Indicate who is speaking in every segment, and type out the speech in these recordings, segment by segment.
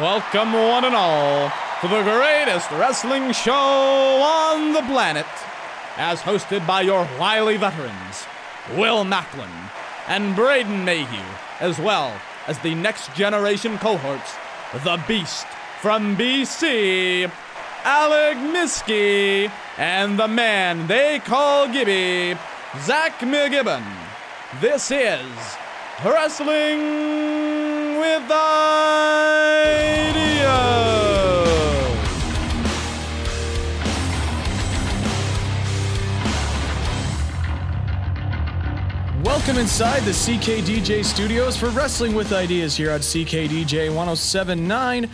Speaker 1: Welcome, one and all, to the greatest wrestling show on the planet, as hosted by your wily veterans, Will Macklin and Braden Mayhew, as well as the next generation cohorts, The Beast from BC, Alec Miskey, and the man they call Gibby, Zach McGibbon. This is Wrestling with Ideas.
Speaker 2: Welcome inside the CKDJ studios for Wrestling with Ideas here on CKDJ 1079,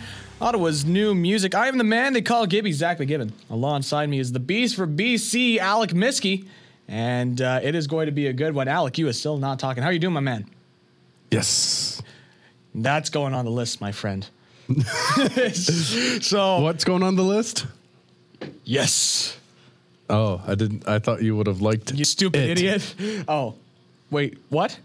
Speaker 2: Ottawa's new music. I am the man they call Gibby, Zach McGibbon. Alongside me is the beast for BC, Alec Miskey. And uh, it is going to be a good one. Alec, you is still not talking. How are you doing, my man?
Speaker 3: Yes.
Speaker 2: That's going on the list, my friend. so,
Speaker 3: What's going on the list?
Speaker 2: yes.
Speaker 3: Oh, I didn't. I thought you would have liked
Speaker 2: You stupid
Speaker 3: It.
Speaker 2: idiot. Oh, wait, what?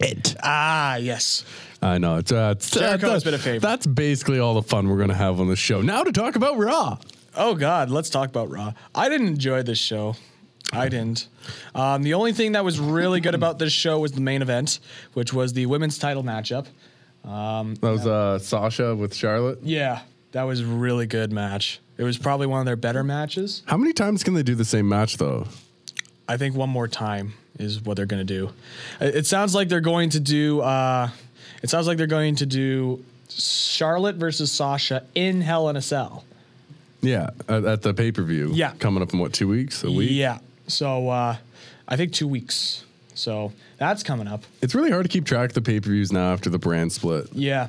Speaker 3: it.
Speaker 2: Ah, yes.
Speaker 3: I know. It's, uh, it's
Speaker 2: Jericho
Speaker 3: uh,
Speaker 2: has been a favorite.
Speaker 3: That's basically all the fun we're gonna have on the show. Now to talk about Raw.
Speaker 2: Oh God, let's talk about Raw. I didn't enjoy this show. I didn't. Um, the only thing that was really good about this show was the main event, which was the women's title matchup.
Speaker 3: That was uh, Sasha with Charlotte.
Speaker 2: Yeah, that was a really good match. It was probably one of their better matches.
Speaker 3: How many times can they do the same match though?
Speaker 2: I think one more time is what they're going to do. It it sounds like they're going to do. Uh, it sounds like they're going to do Charlotte versus Sasha in Hell in a Cell.
Speaker 3: Yeah, at, at the pay per view.
Speaker 2: Yeah.
Speaker 3: coming up in what two weeks? A week.
Speaker 2: Yeah. So uh, I think two weeks. So that's coming up.
Speaker 3: It's really hard to keep track of the pay per views now after the brand split.
Speaker 2: Yeah,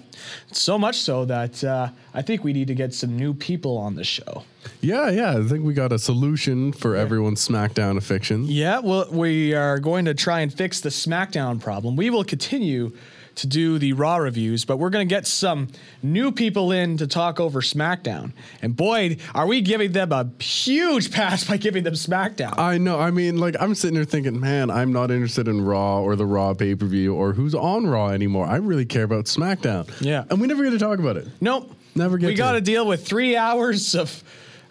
Speaker 2: so much so that uh, I think we need to get some new people on the show.
Speaker 3: Yeah, yeah. I think we got a solution for everyone's SmackDown affliction.
Speaker 2: Yeah, well, we are going to try and fix the SmackDown problem. We will continue to do the Raw reviews, but we're going to get some new people in to talk over SmackDown. And boy, are we giving them a huge pass by giving them SmackDown.
Speaker 3: I know. I mean, like, I'm sitting here thinking, man, I'm not interested in Raw or the Raw pay per view or who's on Raw anymore. I really care about SmackDown.
Speaker 2: Yeah.
Speaker 3: And we never get to talk about it.
Speaker 2: nope.
Speaker 3: Never get
Speaker 2: We
Speaker 3: to
Speaker 2: got to
Speaker 3: it.
Speaker 2: deal with three hours of.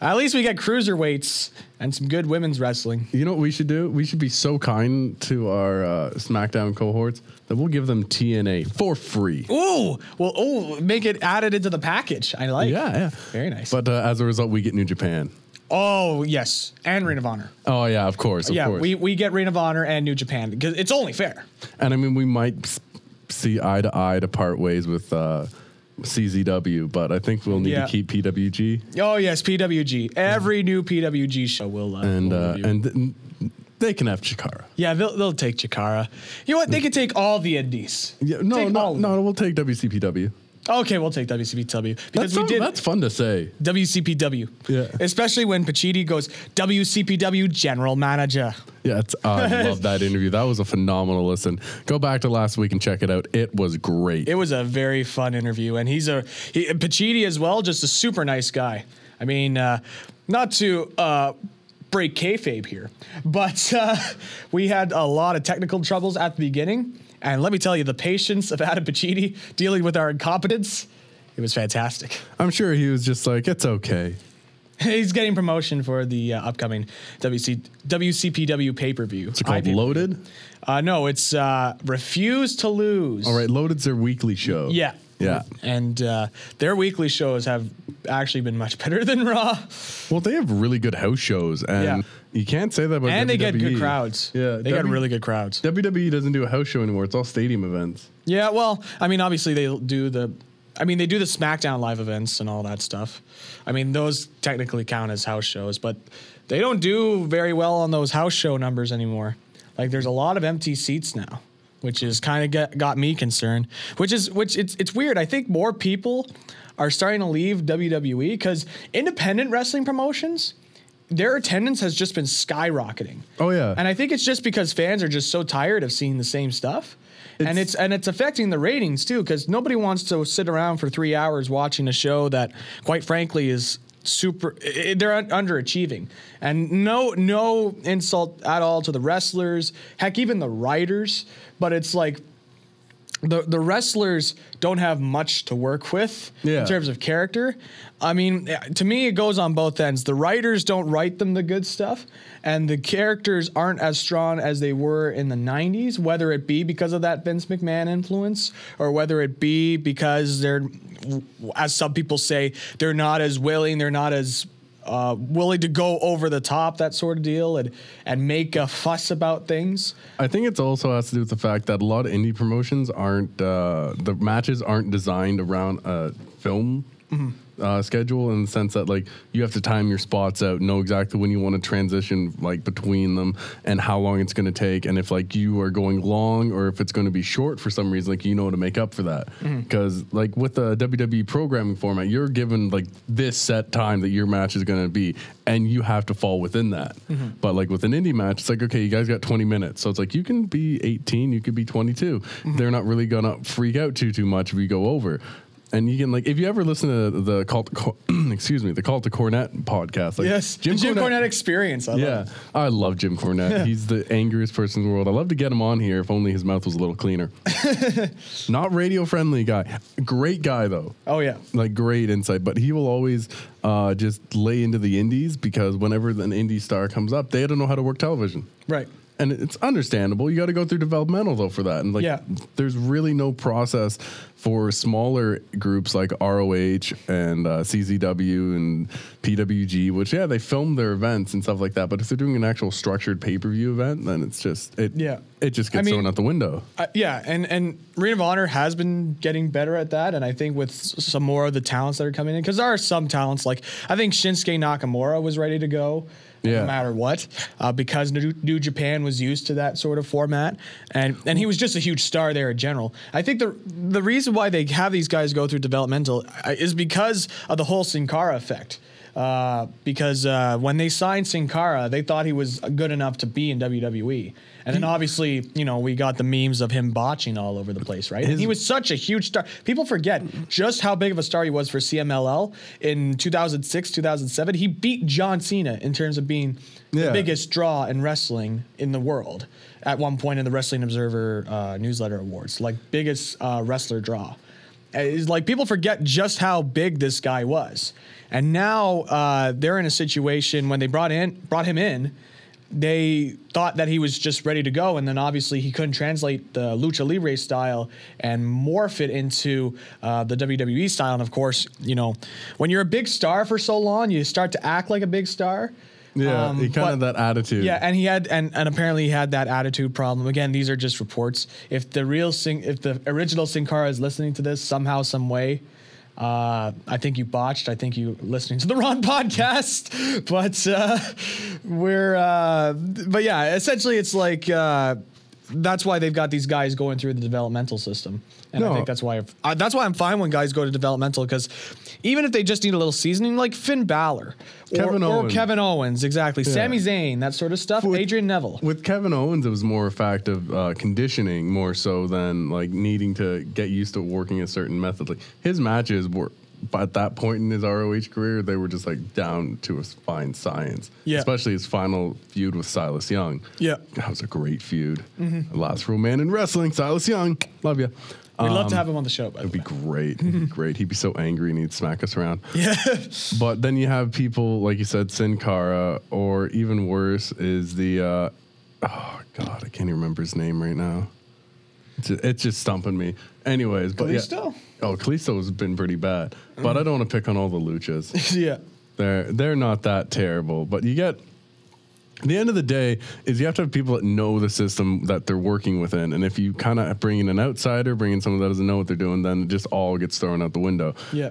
Speaker 2: At least we got cruiserweights and some good women's wrestling.
Speaker 3: You know what we should do? We should be so kind to our uh, SmackDown cohorts that we'll give them TNA for free.
Speaker 2: Ooh, well, oh, make it added into the package. I like.
Speaker 3: Yeah, yeah.
Speaker 2: Very nice.
Speaker 3: But uh, as a result, we get New Japan.
Speaker 2: Oh yes, and Ring of Honor.
Speaker 3: Oh, yeah, of course. Of
Speaker 2: yeah,
Speaker 3: course.
Speaker 2: we we get Ring of Honor and New Japan because it's only fair.
Speaker 3: And I mean, we might s- see eye to eye to part ways with uh, CZW, but I think we'll need
Speaker 2: Yeah.
Speaker 3: to keep PWG.
Speaker 2: Oh yes, PWG. Every new PWG show will. Uh,
Speaker 3: And
Speaker 2: will
Speaker 3: uh,
Speaker 2: review.
Speaker 3: and th- they can have Chikara.
Speaker 2: yeah, they'll they'll take Chikara. You know what? They could take all the indies.
Speaker 3: Yeah, no,
Speaker 2: Take all
Speaker 3: no,
Speaker 2: of them.
Speaker 3: no, we'll take WCPW.
Speaker 2: Okay, we'll take WCPW because
Speaker 3: That's,
Speaker 2: we
Speaker 3: fun,
Speaker 2: did
Speaker 3: that's fun to say.
Speaker 2: WCPW.
Speaker 3: Yeah.
Speaker 2: Especially when Pacitti goes WCPW General Manager.
Speaker 3: Yeah, it's, I love that interview. That was a phenomenal listen. Go back to last week and check it out. It was great.
Speaker 2: It was a very fun interview, and he's a he, Pacitti as well, just a super nice guy. I mean, uh, not to uh, break kayfabe here, but uh, we had a lot of technical troubles at the beginning, and let me tell you, the patience of Adam Pacitti dealing with our incompetence, it was fantastic.
Speaker 3: I'm sure he was just like, it's okay.
Speaker 2: he's getting promotion for the uh, upcoming WC, WCPW pay per view.
Speaker 3: It's called Loaded.
Speaker 2: Uh, no, it's uh, refuse to lose.
Speaker 3: All Oh, right, Loaded's their weekly show.
Speaker 2: Yeah.
Speaker 3: Yeah.
Speaker 2: And uh, their weekly shows have actually been much better than Raw.
Speaker 3: Well, they have really good house shows, and
Speaker 2: Yeah.
Speaker 3: you can't say that about
Speaker 2: And they get good
Speaker 3: WWE.
Speaker 2: crowds.
Speaker 3: E. Yeah,
Speaker 2: They got
Speaker 3: W-
Speaker 2: really good crowds.
Speaker 3: WWE doesn't do a house show anymore. It's all stadium events.
Speaker 2: Yeah, well, I mean, obviously they do the. I mean, they do the SmackDown live events and all that stuff. I mean, those technically count as house shows, but they don't do very well on those house show numbers anymore. Like, there's a lot of empty seats now, which is kind of get, got me concerned. Which is, which it's it's weird. I think more people are starting to leave WWE because independent wrestling promotions, their attendance has just been skyrocketing.
Speaker 3: Oh, yeah.
Speaker 2: and I think it's just because fans are just so tired of seeing the same stuff and it's and it's affecting the ratings too because nobody wants to sit around for three hours watching a show that quite frankly is super i- i- they're un- underachieving and no no insult at all to the wrestlers heck even the writers but it's like the the wrestlers don't have much to work with
Speaker 3: Yeah.
Speaker 2: in terms of character. I mean, eh, to me, it goes on both ends. The writers don't write them the good stuff, and the characters aren't as strong as they were in the '90s. Whether it be because of that Vince McMahon influence, or whether it be because they're, w- as some people say, they're not as willing, they're not as uh, willing to go over the top, that sort of deal, and and make a fuss about things.
Speaker 3: I think it also has to do with the fact that a lot of indie promotions aren't uh, the matches aren't designed around a film uh, schedule in the sense that like you have to time your spots out, know exactly when you want to transition like between them and how long it's going to take, and if like you are going long or if it's going to be short for some reason, like you know how to make up for that. Because like with the WWE programming format, you're given like this set time that your match is going to be, and you have to fall within that.
Speaker 2: Mm-hmm.
Speaker 3: But like with an indie match, it's like okay, you guys got 20 minutes, so it's like you can be 18, you could be 22.
Speaker 2: Mm-hmm.
Speaker 3: They're not really gonna freak out too too much if you go over. And you can like if you ever listen to the call, to, Cor- excuse me, the call to Cornet podcast. Like
Speaker 2: Yes, Jim, Jim Cornette, experience. I love
Speaker 3: yeah, I love Jim Cornette. He's the angriest person in the world. I love to get him on here if only his mouth was a little cleaner. Not radio friendly guy. Great guy though.
Speaker 2: Oh yeah.
Speaker 3: Like great insight, but he will always uh, just lay into the indies because whenever an indie star comes up, they don't know how to work television.
Speaker 2: Right.
Speaker 3: And it's understandable. You got to go through developmental though for that. And like,
Speaker 2: Yeah.
Speaker 3: there's really no process for smaller groups like ROH and uh, CZW and PWG, which yeah, they film their events and stuff like that. But if they're doing an actual structured pay per view event, then it's just it.
Speaker 2: Yeah.
Speaker 3: it just
Speaker 2: I
Speaker 3: gets
Speaker 2: mean-
Speaker 3: thrown out the window.
Speaker 2: Uh, yeah, and and Ring of Honor has been getting better at that, and I think with s- some more of the talents that are coming in, because there are some talents like I think Shinsuke Nakamura was ready to go.
Speaker 3: Yeah.
Speaker 2: No matter what, uh, because New, New Japan was used to that sort of format, and and he was just a huge star there in general. I think the the reason why they have these guys go through developmental uh, is because of the whole Sin Cara effect. Uh, because uh, when they signed Sin Cara, they thought he was good enough to be in WWE. And then obviously, you know, we got the memes of him botching all over the place, right? And he was such a huge star. People forget just how big of a star he was for CMLL in 2006, 2007. He beat John Cena in terms of being
Speaker 3: Yeah.
Speaker 2: the biggest draw in wrestling in the world at one point in the Wrestling Observer uh, newsletter awards, like biggest uh, wrestler draw. Uh, It's like people forget just how big this guy was, and now uh, they're in a situation when they brought in brought him in. They thought that he was just ready to go, and then obviously he couldn't translate the lucha libre style and morph it into uh, the WWE style. And of course, you know, when you're a big star for so long, you start to act like a big star.
Speaker 3: Yeah,
Speaker 2: Um,
Speaker 3: he kind of
Speaker 2: but-
Speaker 3: that attitude.
Speaker 2: yeah, and he had and, and apparently he had that attitude problem. Again, these are just reports. If the real sing if the original Sin Cara is listening to this somehow, some way, uh, I think you botched. I think you listening to the wrong podcast. But uh, we're uh, but yeah, essentially it's like uh, that's why they've got these guys going through the developmental system. And I
Speaker 3: No.
Speaker 2: think that's why I, that's why I'm fine when guys go to developmental because even if they just need a little seasoning, like Finn Balor or-
Speaker 3: Kevin
Speaker 2: or,
Speaker 3: Owens.
Speaker 2: Kevin Owens, exactly. Sami Zayn, that sort of stuff.
Speaker 3: With-
Speaker 2: Adrian Neville.
Speaker 3: With Kevin Owens, it was more a fact of uh, conditioning more so than like needing to get used to working a certain method. Like his matches were, but at that point in his ROH career, they were just like down to a fine science.
Speaker 2: Yeah.
Speaker 3: Especially his final feud with Silas Young.
Speaker 2: Yeah. Mm-hmm.
Speaker 3: That was a great feud. Last real man in wrestling, Silas Young. Love you.
Speaker 2: We'd love to have him on the show. By the
Speaker 3: Um, It'd be
Speaker 2: way.
Speaker 3: great. It'd be great. He'd be so angry and he'd smack us around.
Speaker 2: Yeah.
Speaker 3: But then you have people like you said, Sin Cara, or even worse is the uh, oh god, I can't even remember his name right now. It's just, it's just stumping me. Anyways, but
Speaker 2: Kalisto?
Speaker 3: yeah, oh Kalisto's been pretty bad, but I don't want to pick on all the luchas.
Speaker 2: yeah.
Speaker 3: They're they're not that terrible, but you get the end of the day is you have to have people that know the system that they're working within, and if you kind of bring in an outsider, bring in someone that doesn't know what they're doing, then it just all gets thrown out the window
Speaker 2: Yeah.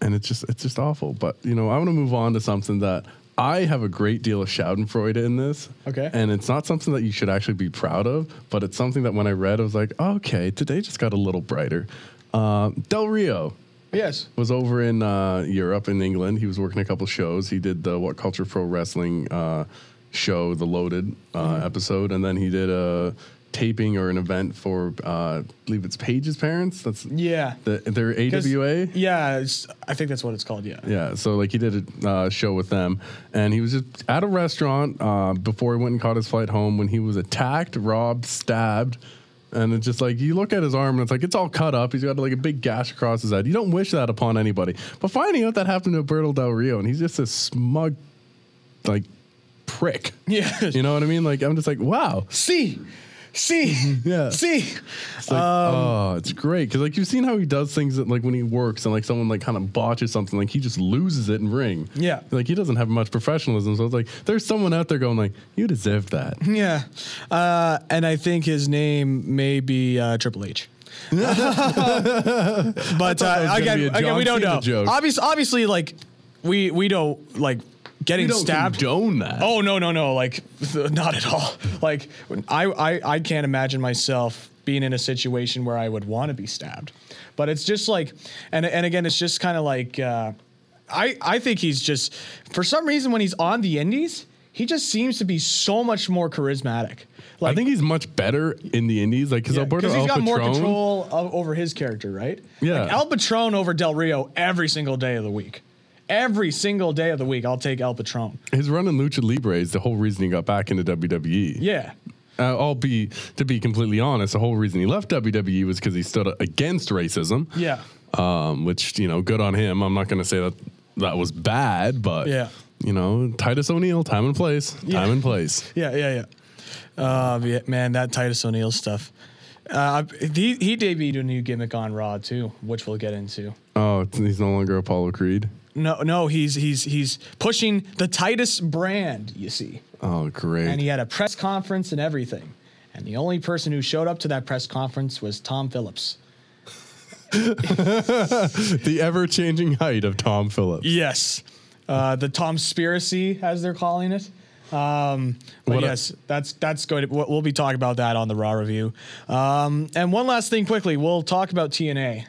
Speaker 3: and it's just it's just awful. But you know, I want to move on to something that I have a great deal of Schadenfreude in this.
Speaker 2: Okay.
Speaker 3: And it's not something that you should actually be proud of, but it's something that when I read, I was like, okay, today just got a little brighter. Um, Del Rio
Speaker 2: Yes.
Speaker 3: was over in uh, Europe in England. He was working a couple shows. He did the What Culture Pro Wrestling uh, show, the Loaded uh,
Speaker 2: Mm-hmm.
Speaker 3: episode, and then he did a taping or an event for uh, I believe it's Paige's parents. That's
Speaker 2: Yeah.
Speaker 3: the, their
Speaker 2: 'Cause-
Speaker 3: AWA.
Speaker 2: Yeah, it's, I think that's what it's called. Yeah.
Speaker 3: Yeah, so like he did a uh, show with them, and he was just at a restaurant uh, before he went and caught his flight home when he was attacked, robbed, stabbed, And it's just like you look at his arm and it's like it's all cut up. He's got like a big gash across his head. You don't wish that upon anybody. But finding out that happened to Alberto Del Rio and he's just a smug like prick.
Speaker 2: Yeah.
Speaker 3: You know what I mean? Like I'm just like, wow.
Speaker 2: See, see,
Speaker 3: Mm-hmm. Yeah.
Speaker 2: see.
Speaker 3: It's like,
Speaker 2: Um,
Speaker 3: oh, it's great because like you've seen how he does things that like when he works and like someone like kind of botches something, like he just loses it in ring.
Speaker 2: Yeah.
Speaker 3: like he doesn't have much professionalism. So it's like there's someone out there going like, you deserve that.
Speaker 2: Yeah. Uh, and I think his name may be uh, Triple H. but
Speaker 3: that was
Speaker 2: uh,
Speaker 3: gonna be
Speaker 2: again,
Speaker 3: a
Speaker 2: again,
Speaker 3: John
Speaker 2: we don't
Speaker 3: Cena
Speaker 2: know.
Speaker 3: joke.
Speaker 2: Obviously, obviously, like we we don't like getting
Speaker 3: You don't
Speaker 2: stabbed.
Speaker 3: condone that.
Speaker 2: Oh no no no! Like th- not at all. Like I, I I can't imagine myself being in a situation where I would want to be stabbed. But it's just like, and and again, it's just kind of like, uh, I I think he's just for some reason when he's on the Indies, he just seems to be so much more charismatic. Like,
Speaker 3: I think he's much better in the indies, like because
Speaker 2: yeah,
Speaker 3: Alberto
Speaker 2: he's
Speaker 3: El
Speaker 2: got more
Speaker 3: Patron-
Speaker 2: control of, over his character, right?
Speaker 3: Yeah.
Speaker 2: Like El Patron over Del Rio every single day of the week. Every single day of the week, I'll take El Patron.
Speaker 3: His run in Lucha Libre is the whole reason he got back into WWE.
Speaker 2: Yeah.
Speaker 3: Uh, I'll be to be completely honest. The whole reason he left WWE was because he stood against racism.
Speaker 2: Yeah.
Speaker 3: um, which you know, good on him. I'm not going to say that that was bad, but
Speaker 2: Yeah.
Speaker 3: you know, Titus O'Neil, time and place,
Speaker 2: Yeah.
Speaker 3: time and place.
Speaker 2: Yeah, yeah, yeah. Uh, yeah, man, that Titus O'Neil stuff. Uh, he he debuted a new gimmick on Raw too, which we'll get into.
Speaker 3: Oh, it's- he's no longer Apollo Creed.
Speaker 2: No, no, he's he's he's pushing the Titus brand, you see.
Speaker 3: Oh, great.
Speaker 2: And he had a press conference and everything. And the only person who showed up to that press conference was Tom Phillips.
Speaker 3: the ever-changing height of Tom Phillips.
Speaker 2: Yes, uh, the Tomspiracy, as they're calling it. Um, but
Speaker 3: What a-
Speaker 2: yes, that's that's going to we'll we'll be talking about that on the Raw review. Um, and one last thing, quickly, we'll talk about TNA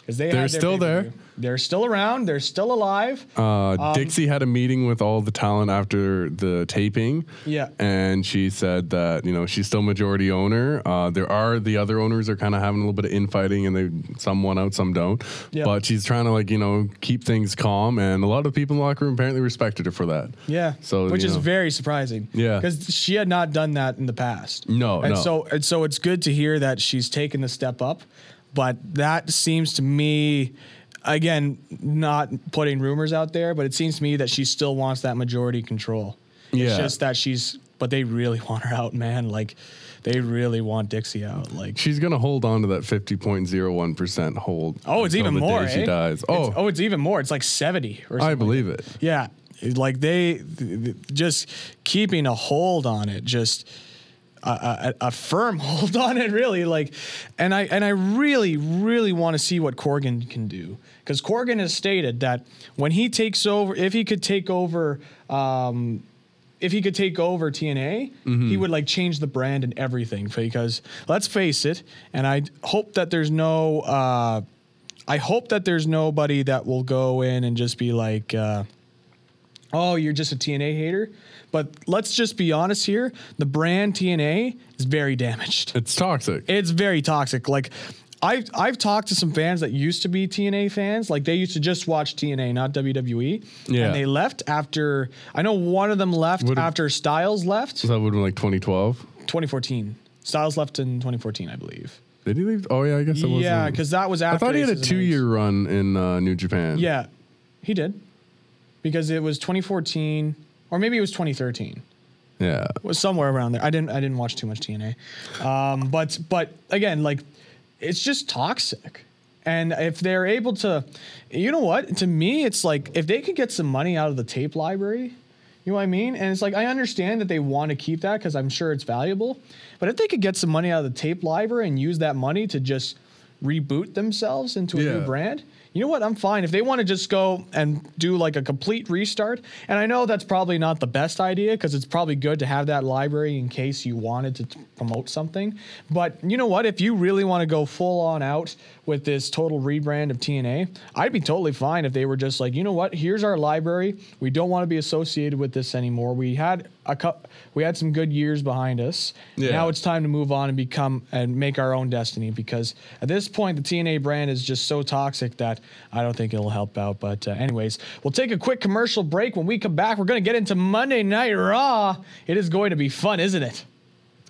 Speaker 2: because they
Speaker 3: They're
Speaker 2: had their
Speaker 3: still there.
Speaker 2: pay-per-view. They're still around. They're still alive.
Speaker 3: Uh,
Speaker 2: Um,
Speaker 3: Dixie had a meeting with all the talent after the taping.
Speaker 2: Yeah.
Speaker 3: And she said that, you know, she's still majority owner. Uh, there are the other owners are kind of having a little bit of infighting and they some want out, some don't.
Speaker 2: Yeah.
Speaker 3: But she's trying to like, you know, keep things calm and a lot of people in the locker room apparently respected her for that.
Speaker 2: yeah,
Speaker 3: So
Speaker 2: which
Speaker 3: you
Speaker 2: is
Speaker 3: know.
Speaker 2: very surprising.
Speaker 3: Yeah.
Speaker 2: because she had not done that in the past.
Speaker 3: No,
Speaker 2: and
Speaker 3: no.
Speaker 2: so and so it's good to hear that she's taken the step up, but that seems to me. Again, not putting rumors out there, but it seems to me that she still wants that majority control. It's
Speaker 3: Yeah.
Speaker 2: just that she's, but they really want her out, man. Like, they really want Dixie out. Like,
Speaker 3: She's gonna hold on to that fifty point zero one percent hold.
Speaker 2: oh, it's
Speaker 3: until
Speaker 2: even
Speaker 3: the day
Speaker 2: more.
Speaker 3: She
Speaker 2: eh?
Speaker 3: dies.
Speaker 2: It's-
Speaker 3: Oh,
Speaker 2: oh, it's even more. It's like seventy or something.
Speaker 3: I believe it.
Speaker 2: Yeah, like they th- th- just keeping a hold on it, just a, a, a firm hold on it, really. Like, and I and I really, really want to see what Corgan can do because Corgan has stated that when he takes over, if he could take over. Um, if he could take over TNA, he would like change the brand and everything because let's face it, and I hope that there's no uh I hope that there's nobody that will go in and just be like uh oh, you're just a TNA hater. But let's just be honest here. The brand TNA is very damaged.
Speaker 3: It's toxic.
Speaker 2: It's very toxic. Like I've I've talked to some fans that used to be TNA fans. Like they used to just watch TNA, not WWE.
Speaker 3: Yeah.
Speaker 2: And they left after I know one of them left
Speaker 3: Would've-
Speaker 2: after Styles left
Speaker 3: so that would have been like twenty twelve.
Speaker 2: 2014. Styles left in 2014, I believe.
Speaker 3: Did he leave? Oh yeah, I guess it was.
Speaker 2: Yeah, because that was
Speaker 3: I
Speaker 2: after
Speaker 3: thought he had a
Speaker 2: Aces and
Speaker 3: two year run in uh, New Japan.
Speaker 2: Yeah, he did. Because it was 2014 or maybe it was 2013.
Speaker 3: Yeah.
Speaker 2: was somewhere around there. I didn't I didn't watch too much TNA, um, but but again, like it's just toxic. And if they're able to, you know what? To me, it's like if they could get some money out of the tape library, you know what I mean? And it's like I understand that they want to keep that because I'm sure it's valuable. But if they could get some money out of the tape library and use that money to just reboot themselves into a new
Speaker 3: Yeah.
Speaker 2: brand, you know what? I'm fine. If they want to just go and do like a complete restart, and I know that's probably not the best idea because it's probably good to have that library in case you wanted to t- promote something. But you know what? If you really want to go full on out with this total rebrand of TNA, I'd be totally fine if they were just like, you know what? Here's our library. We don't want to be associated with this anymore. We had a cup. We had some good years behind us.
Speaker 3: Yeah.
Speaker 2: Now it's time to move on and become and make our own destiny because at this point the TNA brand is just so toxic that I don't think it'll help out. But uh, anyways, we'll take a quick commercial break. When we come back, we're going to get into Monday Night Raw. It is going to be fun, isn't it?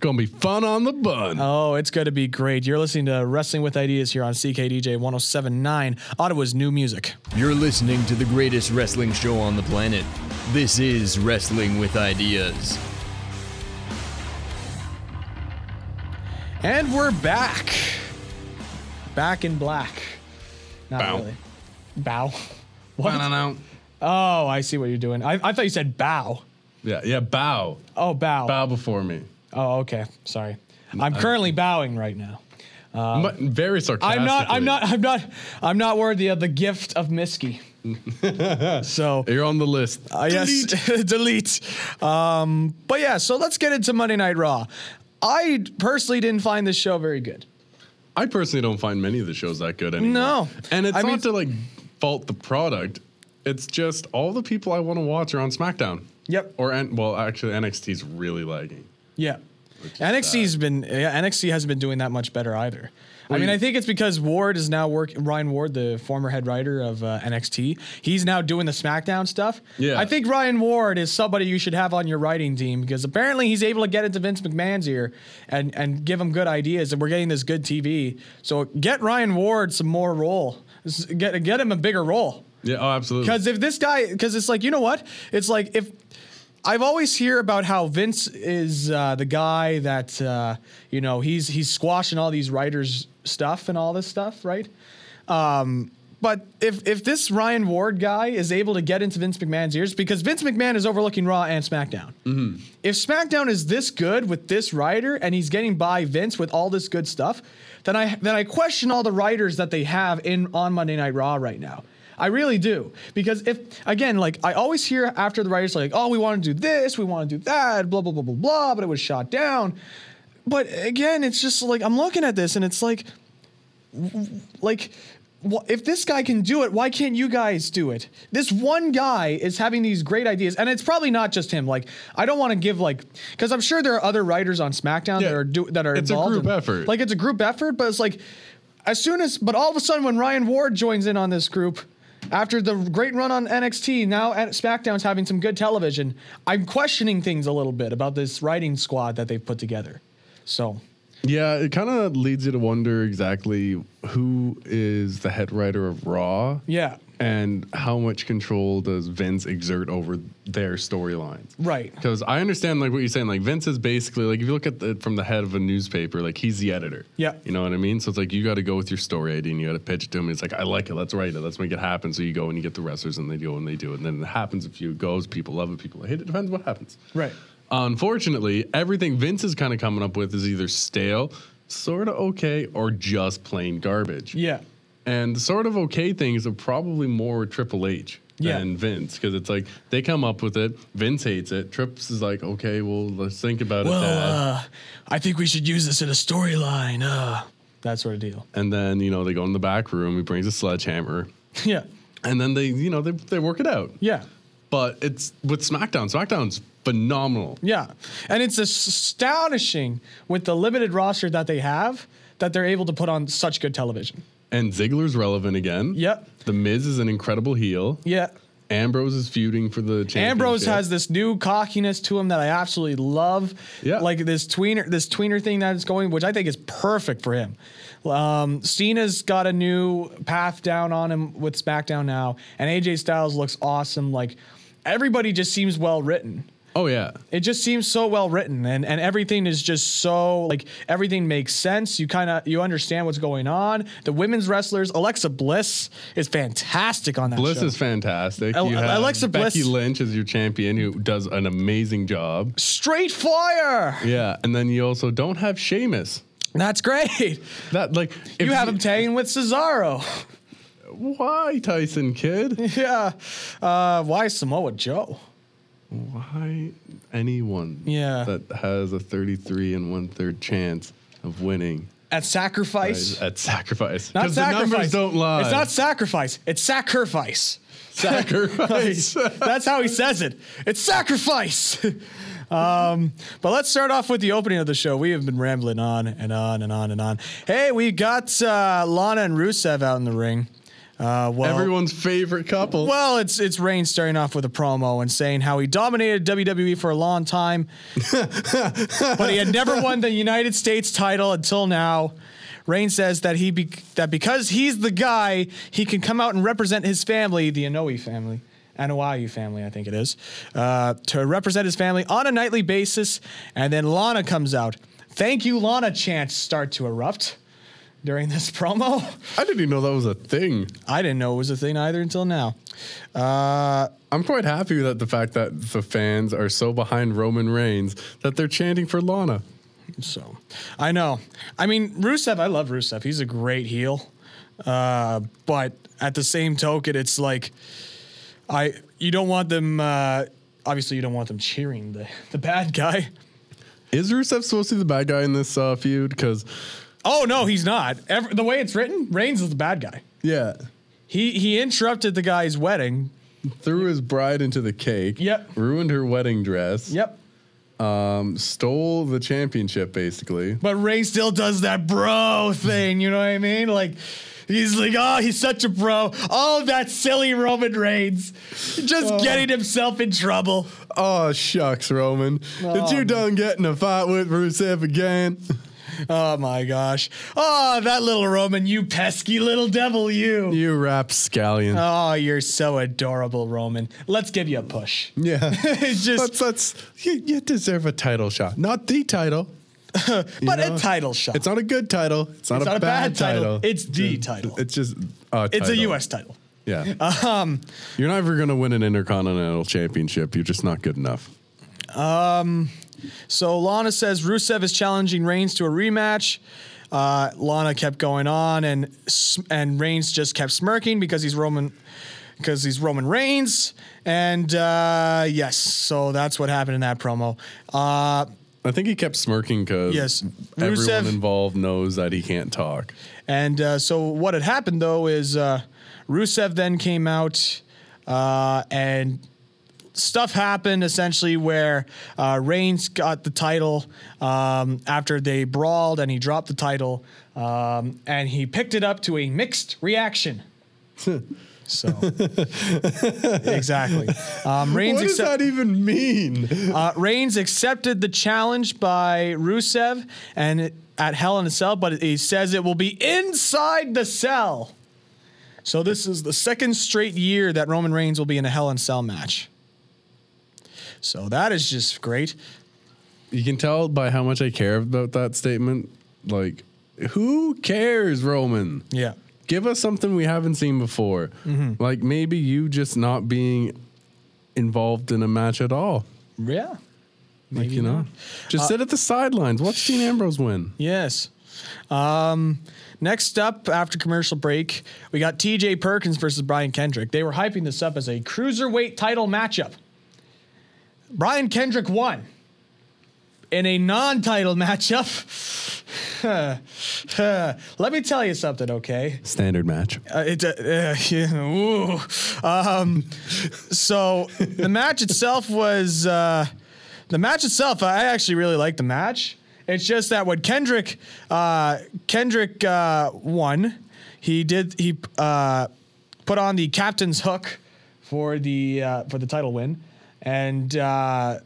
Speaker 3: gonna be fun on the bun.
Speaker 2: Oh, it's going to be great. You're listening to Wrestling with Ideas here on CKDJ 1079, Ottawa's new music.
Speaker 4: You're listening to the greatest wrestling show on the planet. This is Wrestling with Ideas.
Speaker 2: And we're back. Back in black. Not
Speaker 3: Bow.
Speaker 2: really. Bow.
Speaker 3: I don't
Speaker 2: What?
Speaker 3: know.
Speaker 2: Oh, I see what you're doing. I, I thought you said bow.
Speaker 3: Yeah, yeah. Bow,
Speaker 2: Oh, bow.
Speaker 3: bow before me.
Speaker 2: Oh, okay. Sorry. I'm currently bowing right now.
Speaker 3: But very sarcastic.
Speaker 2: Um, I'm not. I'm not. I'm not. I'm not worthy of the gift of Miski. so
Speaker 3: You're on the list.
Speaker 2: I Uh, yes, delete. Um, but yeah, so let's get into Monday Night Raw. I personally didn't find this show very good.
Speaker 3: I personally don't find many of the shows that good anymore.
Speaker 2: No.
Speaker 3: and it's
Speaker 2: I
Speaker 3: not
Speaker 2: mean-
Speaker 3: to like fault the product. It's just all the people I want to watch are on SmackDown.
Speaker 2: Yep.
Speaker 3: Or N- well, actually NXT's really lagging.
Speaker 2: Yeah. NXT's been yeah, NXT hasn't been doing that much better either. I
Speaker 3: Well,
Speaker 2: mean,
Speaker 3: you-
Speaker 2: I think it's because Ward is now work Ryan Ward, the former head writer of uh, NXT. He's now doing the SmackDown stuff.
Speaker 3: Yeah.
Speaker 2: I think Ryan Ward is somebody you should have on your writing team because apparently he's able to get into Vince McMahon's ear and and give him good ideas, and we're getting this good TV. So get Ryan Ward some more role. S- Get get him a bigger role.
Speaker 3: Yeah. Oh, absolutely.
Speaker 2: Because if this guy, because it's like you know what, it's like if I've always hear about how Vince is uh, the guy that uh, you know he's he's squashing all these writers stuff and all this stuff, right? Um, but if if this Ryan Ward guy is able to get into Vince McMahon's ears, because Vince McMahon is overlooking Raw and SmackDown. If SmackDown is this good with this writer and he's getting by Vince with all this good stuff, then I then I question all the writers that they have in on Monday Night Raw right now. I really do because if again, like I always hear after the writers like, oh, we want to do this, we want to do that, blah blah blah blah blah, but it was shot down. But again, it's just like I'm looking at this and it's like like wh- if this guy can do it why can't you guys do it this one guy is having these great ideas and it's probably not just him like i don't want to give like because i'm sure there are other writers on smackdown that
Speaker 3: Yeah.
Speaker 2: are do, that are
Speaker 3: It's a
Speaker 2: involved
Speaker 3: group
Speaker 2: in-
Speaker 3: effort.
Speaker 2: like it's a group effort but it's like as soon as but all of a sudden when ryan ward joins in on this group after the great run on NXT, now at SmackDown's having some good television. I'm questioning things a little bit about this writing squad that they've put together. So,
Speaker 3: Yeah, it kind of leads you to wonder exactly who is the head writer of Raw.
Speaker 2: Yeah.
Speaker 3: And how much control does Vince exert over their storylines?
Speaker 2: Right.
Speaker 3: Because I understand like what you're saying. Like Vince is basically like if you look at the from the head of a newspaper, like he's the editor.
Speaker 2: Yeah.
Speaker 3: You know what I mean? So it's like you got to go with your story idea and you got to pitch it to him. He's like, I like it. Let's write it. Let's make it happen. So you go and you get the wrestlers and they go and they do it. And then it happens. A few goes. People love it. People hate it. Depends what happens.
Speaker 2: right.
Speaker 3: Unfortunately, everything Vince is kind of coming up with is either stale, sort of okay, or just plain garbage.
Speaker 2: Yeah.
Speaker 3: And the sort of okay things are probably more Triple H
Speaker 2: Yeah.
Speaker 3: than Vince because it's like they come up with it, Vince hates it, Trips is like, okay, well, let's think about it, Dad.
Speaker 2: uh, I think we should use this in a storyline. Uh, that sort of deal.
Speaker 3: and then, you know, they go in the back room, he brings a sledgehammer,
Speaker 2: Yeah.
Speaker 3: and then they, you know, they, they work it out.
Speaker 2: Yeah.
Speaker 3: But it's with SmackDown, SmackDown's phenomenal.
Speaker 2: Yeah. And it's astonishing with the limited roster that they have that they're able to put on such good television.
Speaker 3: And Ziggler's relevant again.
Speaker 2: Yep.
Speaker 3: The Miz is an incredible heel.
Speaker 2: Yeah.
Speaker 3: Ambrose is feuding for the championship.
Speaker 2: Ambrose has this new cockiness to him that I absolutely love.
Speaker 3: Yeah.
Speaker 2: Like this tweener, this tweener thing that is going, which I think is perfect for him. Um, Cena's got a new path down on him with SmackDown now, and AJ Styles looks awesome. Like everybody just seems well written.
Speaker 3: Oh yeah,
Speaker 2: it just seems so well written and and everything is just so like everything makes sense you kind of you understand what's going on the women's wrestlers alexa bliss is fantastic on that
Speaker 3: Bliss
Speaker 2: show.
Speaker 3: is fantastic.
Speaker 2: Al-
Speaker 3: you have
Speaker 2: Alexa
Speaker 3: Becky
Speaker 2: Bliss-
Speaker 3: Lynch is your champion, who does an amazing job.
Speaker 2: straight fire
Speaker 3: Yeah, and then you also don't have Sheamus.
Speaker 2: that's great
Speaker 3: That like if
Speaker 2: you have him tagging with cesaro
Speaker 3: why Tyson Kid?
Speaker 2: yeah uh why samoa joe
Speaker 3: why anyone?
Speaker 2: Yeah.
Speaker 3: that has a thirty-three and one-third chance of winning
Speaker 2: at sacrifice
Speaker 3: is at sacrifice
Speaker 2: not
Speaker 3: the
Speaker 2: sacrifice.
Speaker 3: numbers don't lie.
Speaker 2: It's not sacrifice. It's sacrifice.
Speaker 3: sacrifice.
Speaker 2: That's how he says it. It's sacrifice. um, but let's start off with the opening of the show. We have been rambling on and on and on and on. Hey, we got uh, Lana and Rusev out in the ring. Uh, well,
Speaker 3: Everyone's favorite couple.
Speaker 2: Well, it's it's Reigns starting off with a promo and saying how he dominated WWE for a long time, but he had never won the United States title until now. Reigns says that he be- that because he's the guy, he can come out and represent his family, the Anoa'i family. Anoa'i family, I think it is, uh, to represent his family on a nightly basis. And then Lana comes out. Thank you, Lana. Chants start to erupt during this promo.
Speaker 3: I didn't even know that was a thing.
Speaker 2: I didn't know it was a thing either until now. Uh,
Speaker 3: I'm quite happy that the fact that the fans are so behind Roman Reigns that they're chanting for Lana.
Speaker 2: So I know. I mean, Rusev, I love Rusev. He's a great heel. Uh, but at the same token, it's like I you don't want them uh, obviously you don't want them cheering the, the bad guy.
Speaker 3: Is Rusev supposed to be the bad guy in this uh, feud? Because
Speaker 2: Oh no, he's not. Ever, the way it's written, Reigns is the bad guy.
Speaker 3: yeah,
Speaker 2: He he interrupted the guy's wedding.
Speaker 3: threw his bride into the cake.
Speaker 2: Yep.
Speaker 3: Ruined her wedding dress.
Speaker 2: Yep.
Speaker 3: Um, stole the championship basically.
Speaker 2: But Ray still does that bro thing, you know what I mean? Like he's like, oh, he's such a bro. Oh, that silly Roman Reigns. Just getting himself in trouble.
Speaker 3: Oh shucks, Roman, that you done getting a fight with Rusev again?
Speaker 2: Oh my gosh. Oh, that little Roman, you pesky little devil, you.
Speaker 3: You rapscallion.
Speaker 2: Oh, you're so adorable, Roman. Let's give you a push.
Speaker 3: yeah.
Speaker 2: It's just
Speaker 3: That's that's you, you deserve a title shot, not the title.
Speaker 2: but
Speaker 3: know,
Speaker 2: a title shot.
Speaker 3: It's not a good title. It's not,
Speaker 2: It's
Speaker 3: a, bad, title.
Speaker 2: It's the title.
Speaker 3: It's just a
Speaker 2: It's a
Speaker 3: title.
Speaker 2: US title.
Speaker 3: Yeah. Um, you're not ever gonna win an intercontinental championship. You're just not good enough.
Speaker 2: So Lana says Rusev is challenging Reigns to a rematch. Uh, Lana kept going on, and s- and Reigns just kept smirking because he's Roman, because he's Roman Reigns. And uh, yes, so that's what happened in that promo. Uh,
Speaker 3: I think he kept smirking because
Speaker 2: Yes.
Speaker 3: everyone
Speaker 2: Rusev-
Speaker 3: involved knows that he can't talk.
Speaker 2: And uh, so what had happened though is uh, Rusev then came out uh, and stuff happened essentially where uh, Reigns got the title um, after they brawled and he dropped the title um, and he picked it up to a mixed reaction. so exactly. Um, Reigns
Speaker 3: What does
Speaker 2: accept-
Speaker 3: that even mean?
Speaker 2: uh, Reigns accepted the challenge by Rusev and it, at Hell in a Cell, but he says it will be inside the cell. So this is the second straight year that Roman Reigns will be in a Hell in a Cell match. So that is just great.
Speaker 3: You can tell by how much I care about that statement. Like, who cares, Roman?
Speaker 2: Yeah.
Speaker 3: Give us something we haven't seen before. Like maybe you just not being involved in a match at all.
Speaker 2: Yeah.
Speaker 3: like you know, just sit at the sidelines. Watch Dean Ambrose win.
Speaker 2: Yes. Um, next up, after commercial break, we got TJ Perkins versus Brian Kendrick. They were hyping this up as a cruiserweight title matchup. Brian Kendrick won in a non title matchup. Let me tell you something, okay?
Speaker 3: Standard match.
Speaker 2: Uh, it, uh, uh, yeah, ooh. Um, so the match itself was uh, the match itself. I actually really liked the match. It's just that when Kendrick uh, Kendrick uh, won, he did he uh, put on the captain's hook for the uh, for the title win, and uh,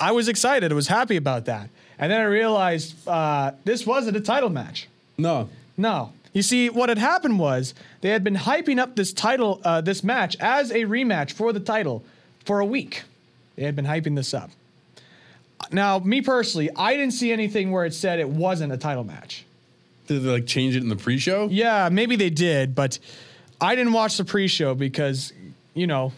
Speaker 2: I was excited. I was happy about that. And then I realized uh, this wasn't a title match.
Speaker 3: No,
Speaker 2: No. You see, what had happened was they had been hyping up this title, uh, this match, as a rematch for the title for a week. They had been hyping this up. Now, me personally, I didn't see anything where it said it wasn't a title match.
Speaker 3: did they like change it in the pre-show?
Speaker 2: Yeah, maybe they did, but I didn't watch the pre-show because, you know,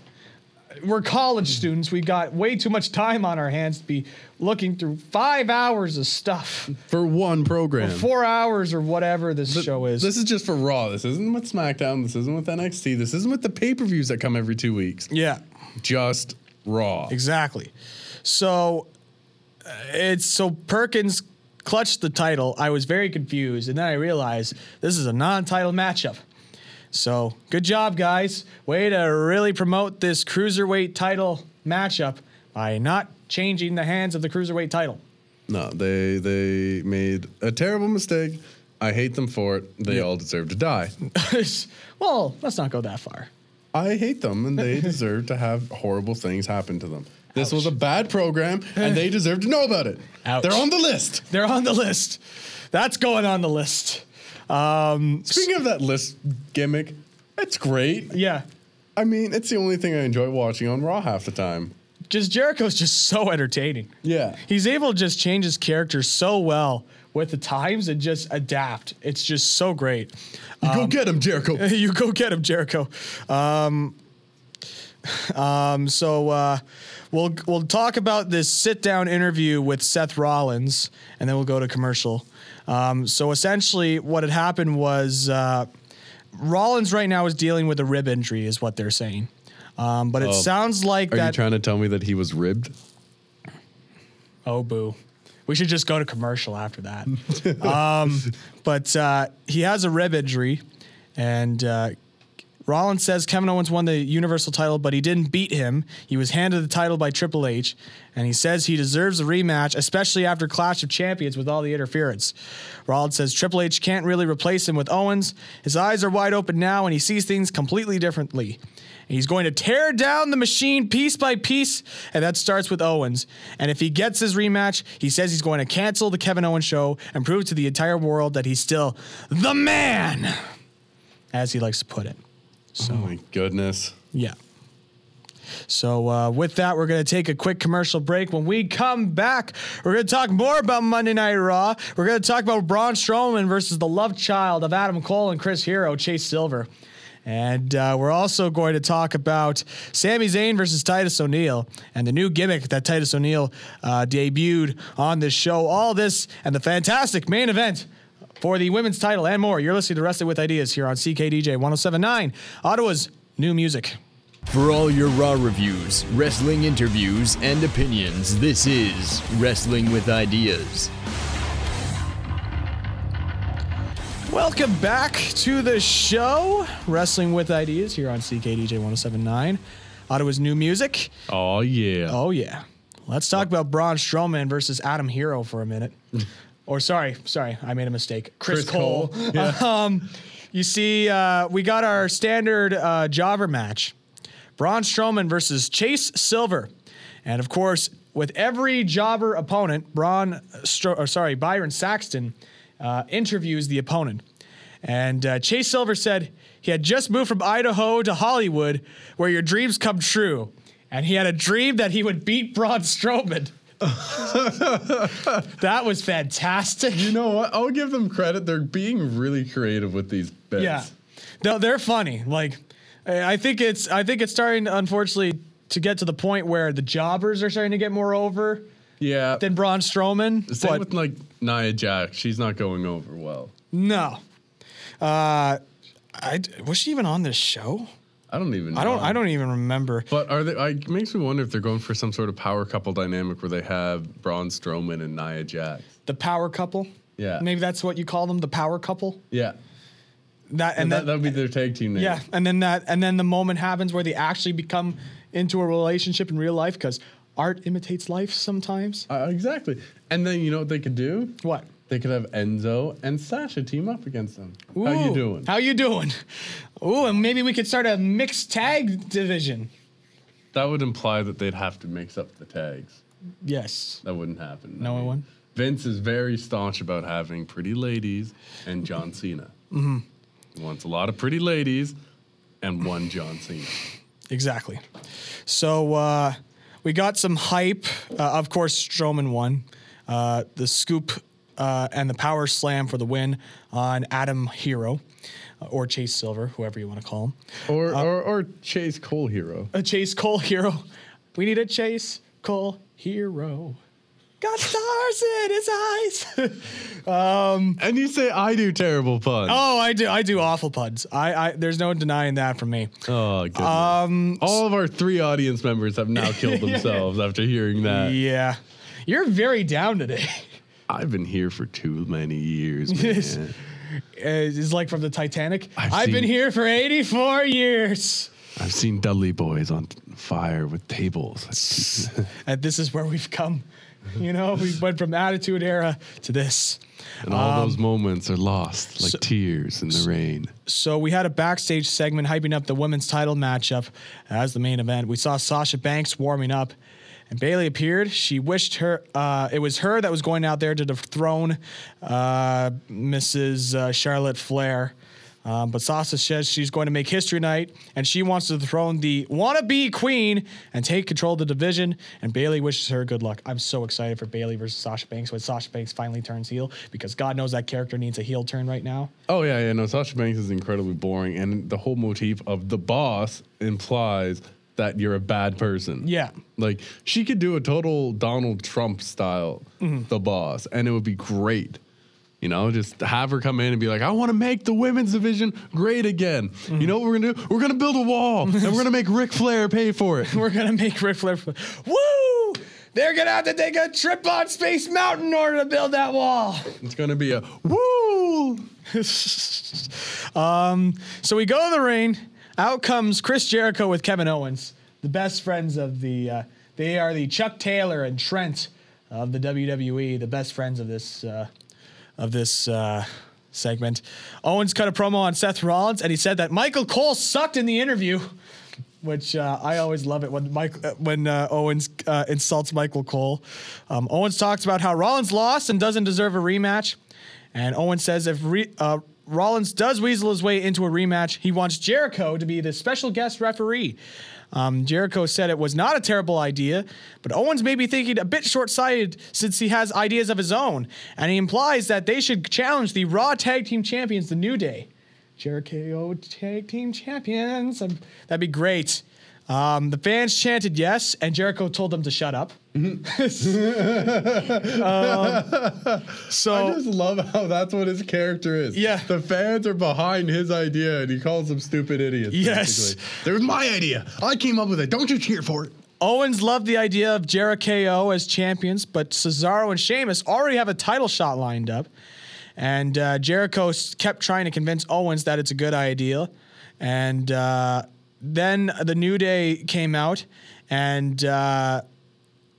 Speaker 2: we're college students. We got way too much time on our hands to be looking through five hours of stuff,
Speaker 3: For one program.
Speaker 2: four hours or whatever this show is.
Speaker 3: This is just for Raw. This isn't with SmackDown. This isn't with NXT. This isn't with the pay-per-views that come every two weeks.
Speaker 2: yeah.
Speaker 3: Just Raw.
Speaker 2: Exactly. So uh, it's so Perkins clutched the title. I was very confused, and then I realized this is a non-title matchup. So good job, guys. Way to really promote this cruiserweight title matchup by not changing the hands of the cruiserweight title.
Speaker 3: No, they they made a terrible mistake. I hate them for it. They all deserve to die.
Speaker 2: well, let's not go that far.
Speaker 3: I hate them, and they deserve to have horrible things happen to them. This was a bad program, and they deserve to know about it.
Speaker 2: Ouch.
Speaker 3: They're on the list.
Speaker 2: They're on the list. That's going on the list. Um,
Speaker 3: Speaking of that list gimmick, it's great.
Speaker 2: yeah,
Speaker 3: I mean, it's the only thing I enjoy watching on Raw half the time.
Speaker 2: just Jericho's just so entertaining.
Speaker 3: Yeah.
Speaker 2: He's able to just change his character so well with the times and just adapt. It's just so great. Um,
Speaker 3: Go get him, Jericho.
Speaker 2: you go get him, Jericho. Um, um, so uh, we'll we'll talk about this sit down interview with Seth Rollins, and then we'll go to commercial. Um, so essentially, what had happened was uh, Rollins right now is dealing with a rib injury, is what they're saying. Um, but it sounds like
Speaker 3: Oh. Are you
Speaker 2: that.
Speaker 3: trying to tell me that he was ribbed?
Speaker 2: Oh, boo. We should just go to commercial after that. um, but uh, he has a rib injury, and uh, Rollins says Kevin Owens won the Universal title, but he didn't beat him. He was handed the title by Triple H, and he says he deserves a rematch, especially after Clash of Champions with all the interference. Rollins says Triple H can't really replace him with Owens. His eyes are wide open now, and he sees things completely differently. And he's going to tear down the machine piece by piece, and that starts with Owens. And if he gets his rematch, he says he's going to cancel the Kevin Owens show and prove to the entire world that he's still the man, as he likes to put it.
Speaker 3: Oh my goodness.
Speaker 2: Yeah. So, uh, with that, we're going to take a quick commercial break. When we come back, we're going to talk more about Monday Night Raw. We're going to talk about Braun Strowman versus the love child of Adam Cole and Chris Hero, Chase Silver. And uh, we're also going to talk about Sami Zayn versus Titus O'Neil and the new gimmick that Titus O'Neil uh, debuted on this show. All this and the fantastic main event for the women's title and more. You're listening to Wrestling with Ideas here on CKDJ 1079, Ottawa's new music.
Speaker 4: For all your Raw reviews, wrestling interviews, and opinions, this is Wrestling with Ideas.
Speaker 2: Welcome back to the show, Wrestling with Ideas here on CKDJ 1079, Ottawa's new music.
Speaker 3: Oh yeah.
Speaker 2: Oh, yeah. Let's talk about Braun Strowman versus Adam Hero for a minute. or, sorry, sorry, I made a mistake. Chris,
Speaker 3: Chris
Speaker 2: Cole.
Speaker 3: Cole.
Speaker 2: um, you see, uh, we got our standard uh, jobber match Braun Strowman versus Chase Silver. And of course, with every jobber opponent, Braun, uh, Stro- or sorry, Byron Saxton uh, interviews the opponent. And uh, Chase Silver said he had just moved from Idaho to Hollywood, where your dreams come true. And he had a dream that he would beat Braun Strowman. that was fantastic.
Speaker 3: You know what? I'll give them credit. They're being really creative with these bits.
Speaker 2: Yeah. No, they're funny. Like, I I think it's I think it's starting, unfortunately, to get to the point where the jobbers are starting to get more over
Speaker 3: Yeah.
Speaker 2: than Braun Strowman.
Speaker 3: Same
Speaker 2: but
Speaker 3: with like Nia Jack. She's not going over well.
Speaker 2: no, uh, I d- was she even on this show?
Speaker 3: I don't even. Know.
Speaker 2: I don't. I don't even remember.
Speaker 3: Um, But are they? I, it makes me wonder if they're going for some sort of power couple dynamic where they have Braun Strowman and Nia Jax.
Speaker 2: The power couple.
Speaker 3: Yeah.
Speaker 2: Maybe that's what you call them, the power couple.
Speaker 3: Yeah.
Speaker 2: That and
Speaker 3: that
Speaker 2: that.
Speaker 3: that'd be their tag team name.
Speaker 2: yeah, and then that, and then the moment happens where they actually become into a relationship in real life because art imitates life sometimes.
Speaker 3: Uh, exactly. And then you know what they could do?
Speaker 2: What?
Speaker 3: They could have Enzo and Sasha team up against them. How you
Speaker 2: Ooh,
Speaker 3: doing?
Speaker 2: How you doing? Ooh, and maybe we could start a mixed tag division.
Speaker 3: that would imply that they'd have to mix up the tags.
Speaker 2: Yes.
Speaker 3: That wouldn't happen.
Speaker 2: No one?
Speaker 3: Vince is very staunch about having pretty ladies and John Cena. Mm-hmm. He wants a lot of pretty ladies and one John Cena.
Speaker 2: Exactly. So uh, we got some hype. Uh, of course, Strowman won. Uh, the scoop uh, and the power slam for the win on Adam Hero uh, or Chase Silver, whoever you want to call him. Uh,
Speaker 3: Or, or, or Chase Cole Hero.
Speaker 2: A Chase Cole Hero. We need a Chase Cole Hero. Got stars in his eyes.
Speaker 3: And you say I do terrible puns.
Speaker 2: Oh, I do. I do awful puns. I, I there's no denying that from me.
Speaker 3: Oh, goodness. Um, All of our three audience members have now killed themselves after hearing that.
Speaker 2: Yeah, you're very down today.
Speaker 3: I've been here for too many years.
Speaker 2: Yes.
Speaker 3: man.
Speaker 2: Uh, It's like from the Titanic. I've,
Speaker 3: I've
Speaker 2: been
Speaker 3: seen-
Speaker 2: here for 84 years,
Speaker 3: I've seen Dudley Boys on fire with tables.
Speaker 2: and this is where we've come. You know, we went from Attitude Era to this.
Speaker 3: And all those moments are lost like tears in the rain.
Speaker 2: Um, So we had a backstage segment hyping up the women's title matchup as the main event. We saw Sasha Banks warming up, and Bailey appeared. She wished her uh, it was her that was going out there to dethrone uh, Mrs. Uh, Charlotte Flair. Um, but Sasha says she's going to make history tonight, and she wants to dethrone the wannabe queen and take control of the division. And Bailey wishes her good luck. I'm so excited for Bailey versus Sasha Banks when Sasha Banks finally turns heel, because God knows that character needs a heel turn right now.
Speaker 3: Oh yeah, yeah. No, Sasha Banks is incredibly boring, and the whole motif of the boss implies that you're a bad person.
Speaker 2: Yeah.
Speaker 3: like she could do a total Donald Trump style, the boss, and it would be great. You know, just have her come in and be like, "I want to make the women's division great again." You know what we're gonna do? We're gonna build a wall, and we're gonna make Ric Flair pay for it.
Speaker 2: We're gonna make Ric Flair. Woo! They're gonna have to take a trip on Space Mountain in order to build that wall.
Speaker 3: It's gonna be a woo.
Speaker 2: um, so we go to the ring. Out comes Chris Jericho with Kevin Owens, the best friends of the. Uh, they are the Chuck Taylor and Trent of the WWE, the best friends of this uh, of this uh, segment. Owens cut a promo on Seth Rollins, and he said that Michael Cole sucked in the interview. Which uh, I always love it when Mike uh, when uh, Owens uh, insults Michael Cole. Um, Owens talks about how Rollins lost and doesn't deserve a rematch. And Owen says if re- uh, Rollins does weasel his way into a rematch, he wants Jericho to be the special guest referee. Um, Jericho said it was not a terrible idea, but Owens may be thinking a bit short sighted since he has ideas of his own, and he implies that they should challenge the Raw Tag Team Champions, the New Day. Jericho Tag Team Champions. Um, that'd be great. Um, the fans chanted yes, and Jericho told them to shut up.
Speaker 3: Mm-hmm.
Speaker 2: Um, so
Speaker 3: I just love how that's what his character is.
Speaker 2: Yeah.
Speaker 3: The fans are behind his idea and he calls them stupid idiots.
Speaker 2: Yes.
Speaker 3: basically. There was my idea. I came up with it. Don't you cheer for it.
Speaker 2: Owens loved the idea of Jericho as champions, but Cesaro and Sheamus already have a title shot lined up. And uh, Jericho s- kept trying to convince Owens that it's a good idea. And uh, then the New Day came out, and uh,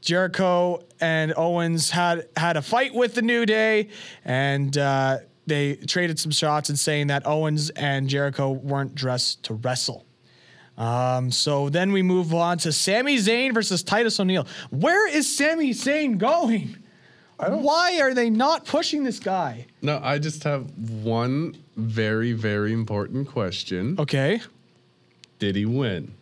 Speaker 2: Jericho and Owens had had a fight with the New Day, and uh, they traded some shots and saying that Owens and Jericho weren't dressed to wrestle. Um, so then we move on to Sami Zayn versus Titus O'Neil. Where is Sami Zayn going? Why are they not pushing this guy?
Speaker 3: No, I just have one very, very important question.
Speaker 2: Okay.
Speaker 3: Did he win?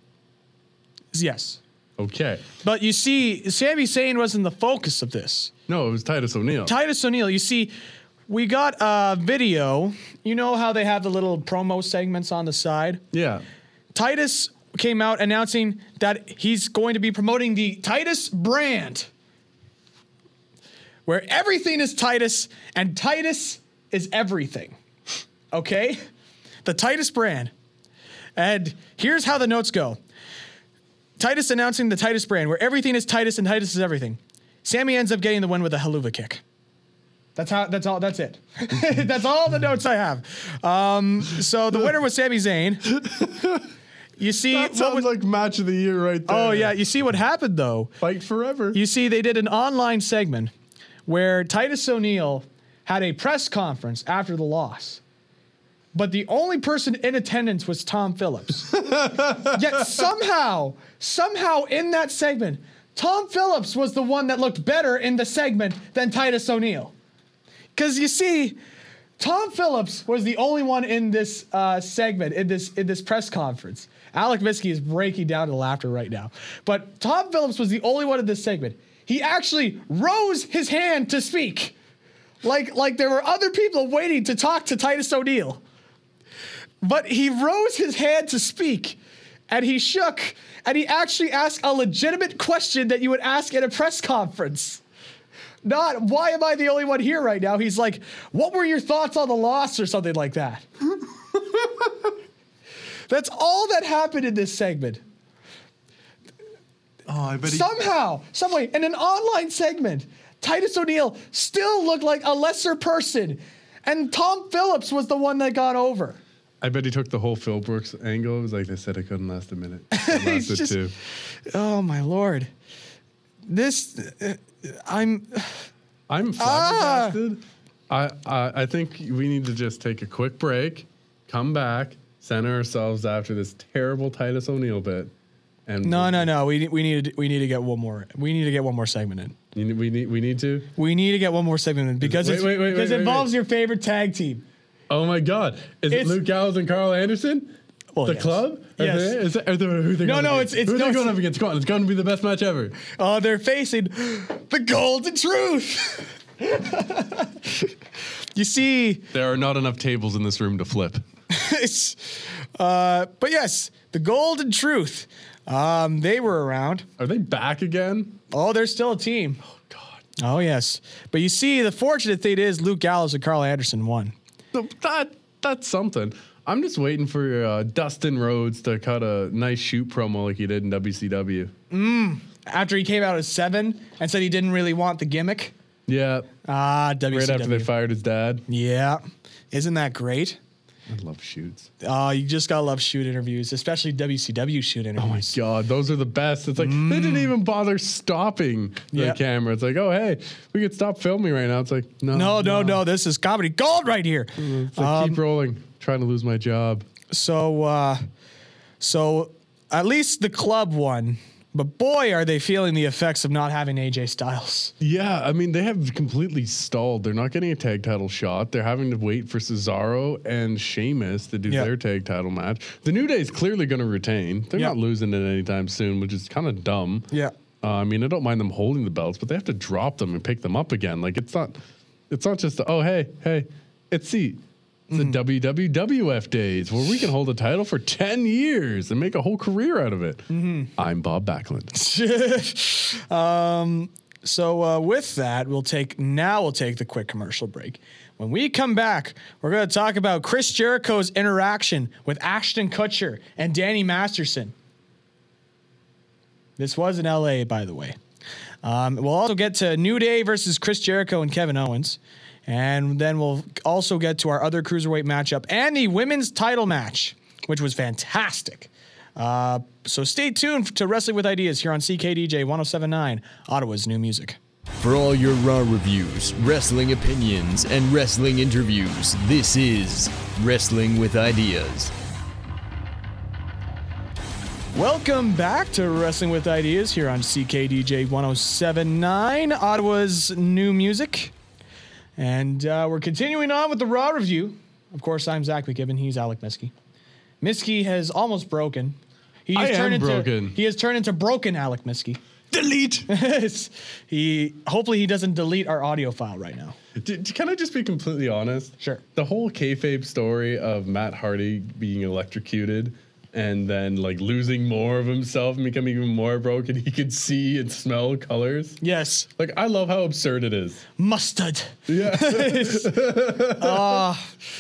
Speaker 2: Yes.
Speaker 3: Okay.
Speaker 2: But you see, Sami Zayn wasn't the focus of this.
Speaker 3: No, it was Titus O'Neil.
Speaker 2: Titus O'Neil, you see, we got a video. You know how they have the little promo segments on the side?
Speaker 3: yeah.
Speaker 2: Titus came out announcing that he's going to be promoting the Titus brand, where everything is Titus and Titus is everything. Okay? The Titus brand. And here's how the notes go Titus announcing the Titus brand, where everything is Titus and Titus is everything. Sammy ends up getting the win with a haluva kick. That's how. That's all. That's it. that's all the notes I have. Um, so the winner was Sami Zayn. You see,
Speaker 3: That
Speaker 2: what
Speaker 3: sounds
Speaker 2: was,
Speaker 3: like match of the year right there.
Speaker 2: oh yeah, you see what happened though.
Speaker 3: Fight forever.
Speaker 2: You see, they did an online segment where Titus O'Neil had a press conference after the loss. But the only person in attendance was Tom Phillips. Yet somehow, somehow in that segment, Tom Phillips was the one that looked better in the segment than Titus O'Neil. Because you see, Tom Phillips was the only one in this uh, segment in this in this press conference. Alec Miskey is breaking down to laughter right now, but Tom Phillips was the only one in this segment. He actually rose his hand to speak, like like there were other people waiting to talk to Titus O'Neil. But he rose his hand to speak, and he shook, and he actually asked a legitimate question that you would ask at a press conference not why am I the only one here right now? He's like, what were your thoughts on the loss or something like that? That's all that happened in this segment.
Speaker 3: oh, I bet
Speaker 2: Somehow, some way, in an online segment, Titus O'Neil still looked like a lesser person, and Tom Phillips was the one that got over.
Speaker 3: I bet he took the whole Phil Brooks angle. It was like they said it couldn't last a minute. It lasted
Speaker 2: just-
Speaker 3: two.
Speaker 2: Oh my lord. this, uh, I'm.
Speaker 3: I'm
Speaker 2: Ah.
Speaker 3: flabbergasted. I, I I think we need to just take a quick break, come back, center ourselves after this terrible Titus O'Neil bit, and
Speaker 2: No, no, no. We we need to, we need to get one more. We need to get one more segment in.
Speaker 3: You need- we need we need to.
Speaker 2: We need to get one more segment in because
Speaker 3: Wait,
Speaker 2: it's,
Speaker 3: wait, wait,
Speaker 2: because
Speaker 3: wait,
Speaker 2: it
Speaker 3: wait,
Speaker 2: involves
Speaker 3: wait.
Speaker 2: your favorite tag team.
Speaker 3: Oh my God! Is
Speaker 2: It's-
Speaker 3: it Luke Gallows and Carl Anderson?
Speaker 2: Well,
Speaker 3: the
Speaker 2: yes.
Speaker 3: club? Are
Speaker 2: Yes.
Speaker 3: They, is, are they, who they
Speaker 2: No,
Speaker 3: gonna
Speaker 2: no,
Speaker 3: be?
Speaker 2: it's- it's-
Speaker 3: who
Speaker 2: no,
Speaker 3: they're
Speaker 2: it's-
Speaker 3: going up against. Come on, it's going to be the best match ever.
Speaker 2: Oh, they're facing the golden truth. you see,
Speaker 3: There are not enough tables in this room to flip.
Speaker 2: it's, uh, but yes, the golden truth. Um, they were around.
Speaker 3: Are they back again?
Speaker 2: Oh, they're still a team.
Speaker 3: God,
Speaker 2: Oh yes, but you see, the fortunate thing is Luke Gallows and Carl Anderson won.
Speaker 3: No, that that's something. I'm just waiting for uh, Dustin Rhodes to cut a nice shoot promo like he did in WCW.
Speaker 2: After he came out as seven and said he didn't really want the gimmick.
Speaker 3: Yeah,
Speaker 2: Ah, WCW.
Speaker 3: right after they fired his dad.
Speaker 2: yeah, isn't that great?
Speaker 3: I love shoots.
Speaker 2: Uh, you just gotta love shoot interviews, especially WCW shoot interviews.
Speaker 3: Oh my god, those are the best. It's like they didn't even bother stopping the
Speaker 2: Mm. Yeah.
Speaker 3: camera. It's like, oh hey, we could stop filming right now. It's like, no,
Speaker 2: No, um, no, no. This is comedy gold right here.
Speaker 3: It's like, keep rolling. Trying to lose my job.
Speaker 2: So, uh, so at least the club won. But boy, are they feeling the effects of not having AJ Styles.
Speaker 3: Yeah, I mean they have completely stalled. They're not getting a tag title shot. They're having to wait for Cesaro and Sheamus to do
Speaker 2: Yeah.
Speaker 3: their tag title match. The New Day is clearly going to retain. They're
Speaker 2: Yeah.
Speaker 3: not losing it anytime soon, which is kind of dumb.
Speaker 2: Yeah.
Speaker 3: Uh, I mean I don't mind them holding the belts, but they have to drop them and pick them up again. Like it's not, it's not just oh hey hey, it's the it's
Speaker 2: Hmm.
Speaker 3: the WWWF days where we can hold a title for ten years and make a whole career out of it.
Speaker 2: Mm-hmm.
Speaker 3: I'm Bob Backlund.
Speaker 2: um, so uh, with that, we'll take now we'll take the quick commercial break. When we come back, we're going to talk about Chris Jericho's interaction with Ashton Kutcher and Danny Masterson. This was in LA, by the way. Um, we'll also get to New Day versus Chris Jericho and Kevin Owens. And then we'll also get to our other cruiserweight matchup and the women's title match, which was fantastic. Uh, so stay tuned to Wrestling with Ideas here on CKDJ 1079, Ottawa's new music.
Speaker 4: For all your Raw reviews, wrestling opinions, and wrestling interviews, this is Wrestling with Ideas.
Speaker 2: Welcome back to Wrestling with Ideas here on CKDJ 1079, Ottawa's new music. And uh, we're continuing on with the Raw review. Of course, I'm Zach McKibben. He's Alec Miskey. Miskey has almost broken. He
Speaker 3: I
Speaker 2: has
Speaker 3: am
Speaker 2: turned into,
Speaker 3: broken.
Speaker 2: He has turned into broken Alec Miskey.
Speaker 3: Delete.
Speaker 2: he hopefully he doesn't delete our audio file right now.
Speaker 3: D- d- can I just be completely honest?
Speaker 2: Sure.
Speaker 3: The whole kayfabe story of Matt Hardy being electrocuted and then like losing more of himself and becoming even more broken, he could see and smell colors.
Speaker 2: Yes,
Speaker 3: Like I love how absurd it is.
Speaker 2: mustard.
Speaker 3: Yeah.
Speaker 2: oh,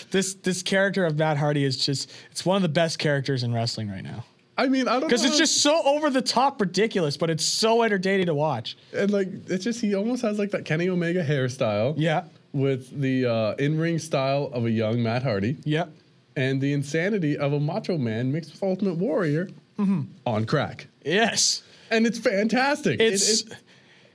Speaker 2: This this character of Matt Hardy is just it's one of the best characters in wrestling right now.
Speaker 3: I mean, I don't
Speaker 2: Because
Speaker 3: know
Speaker 2: it's
Speaker 3: how-
Speaker 2: just so over the top ridiculous, but it's so entertaining to watch.
Speaker 3: and like it's just he almost has like that Kenny Omega hairstyle.
Speaker 2: Yeah.
Speaker 3: With the uh, in-ring style of a young Matt Hardy.
Speaker 2: Yep.
Speaker 3: And the insanity of a Macho Man mixed with Ultimate Warrior
Speaker 2: Mm-hmm.
Speaker 3: on crack.
Speaker 2: Yes.
Speaker 3: And it's fantastic. It-
Speaker 2: It's
Speaker 3: it-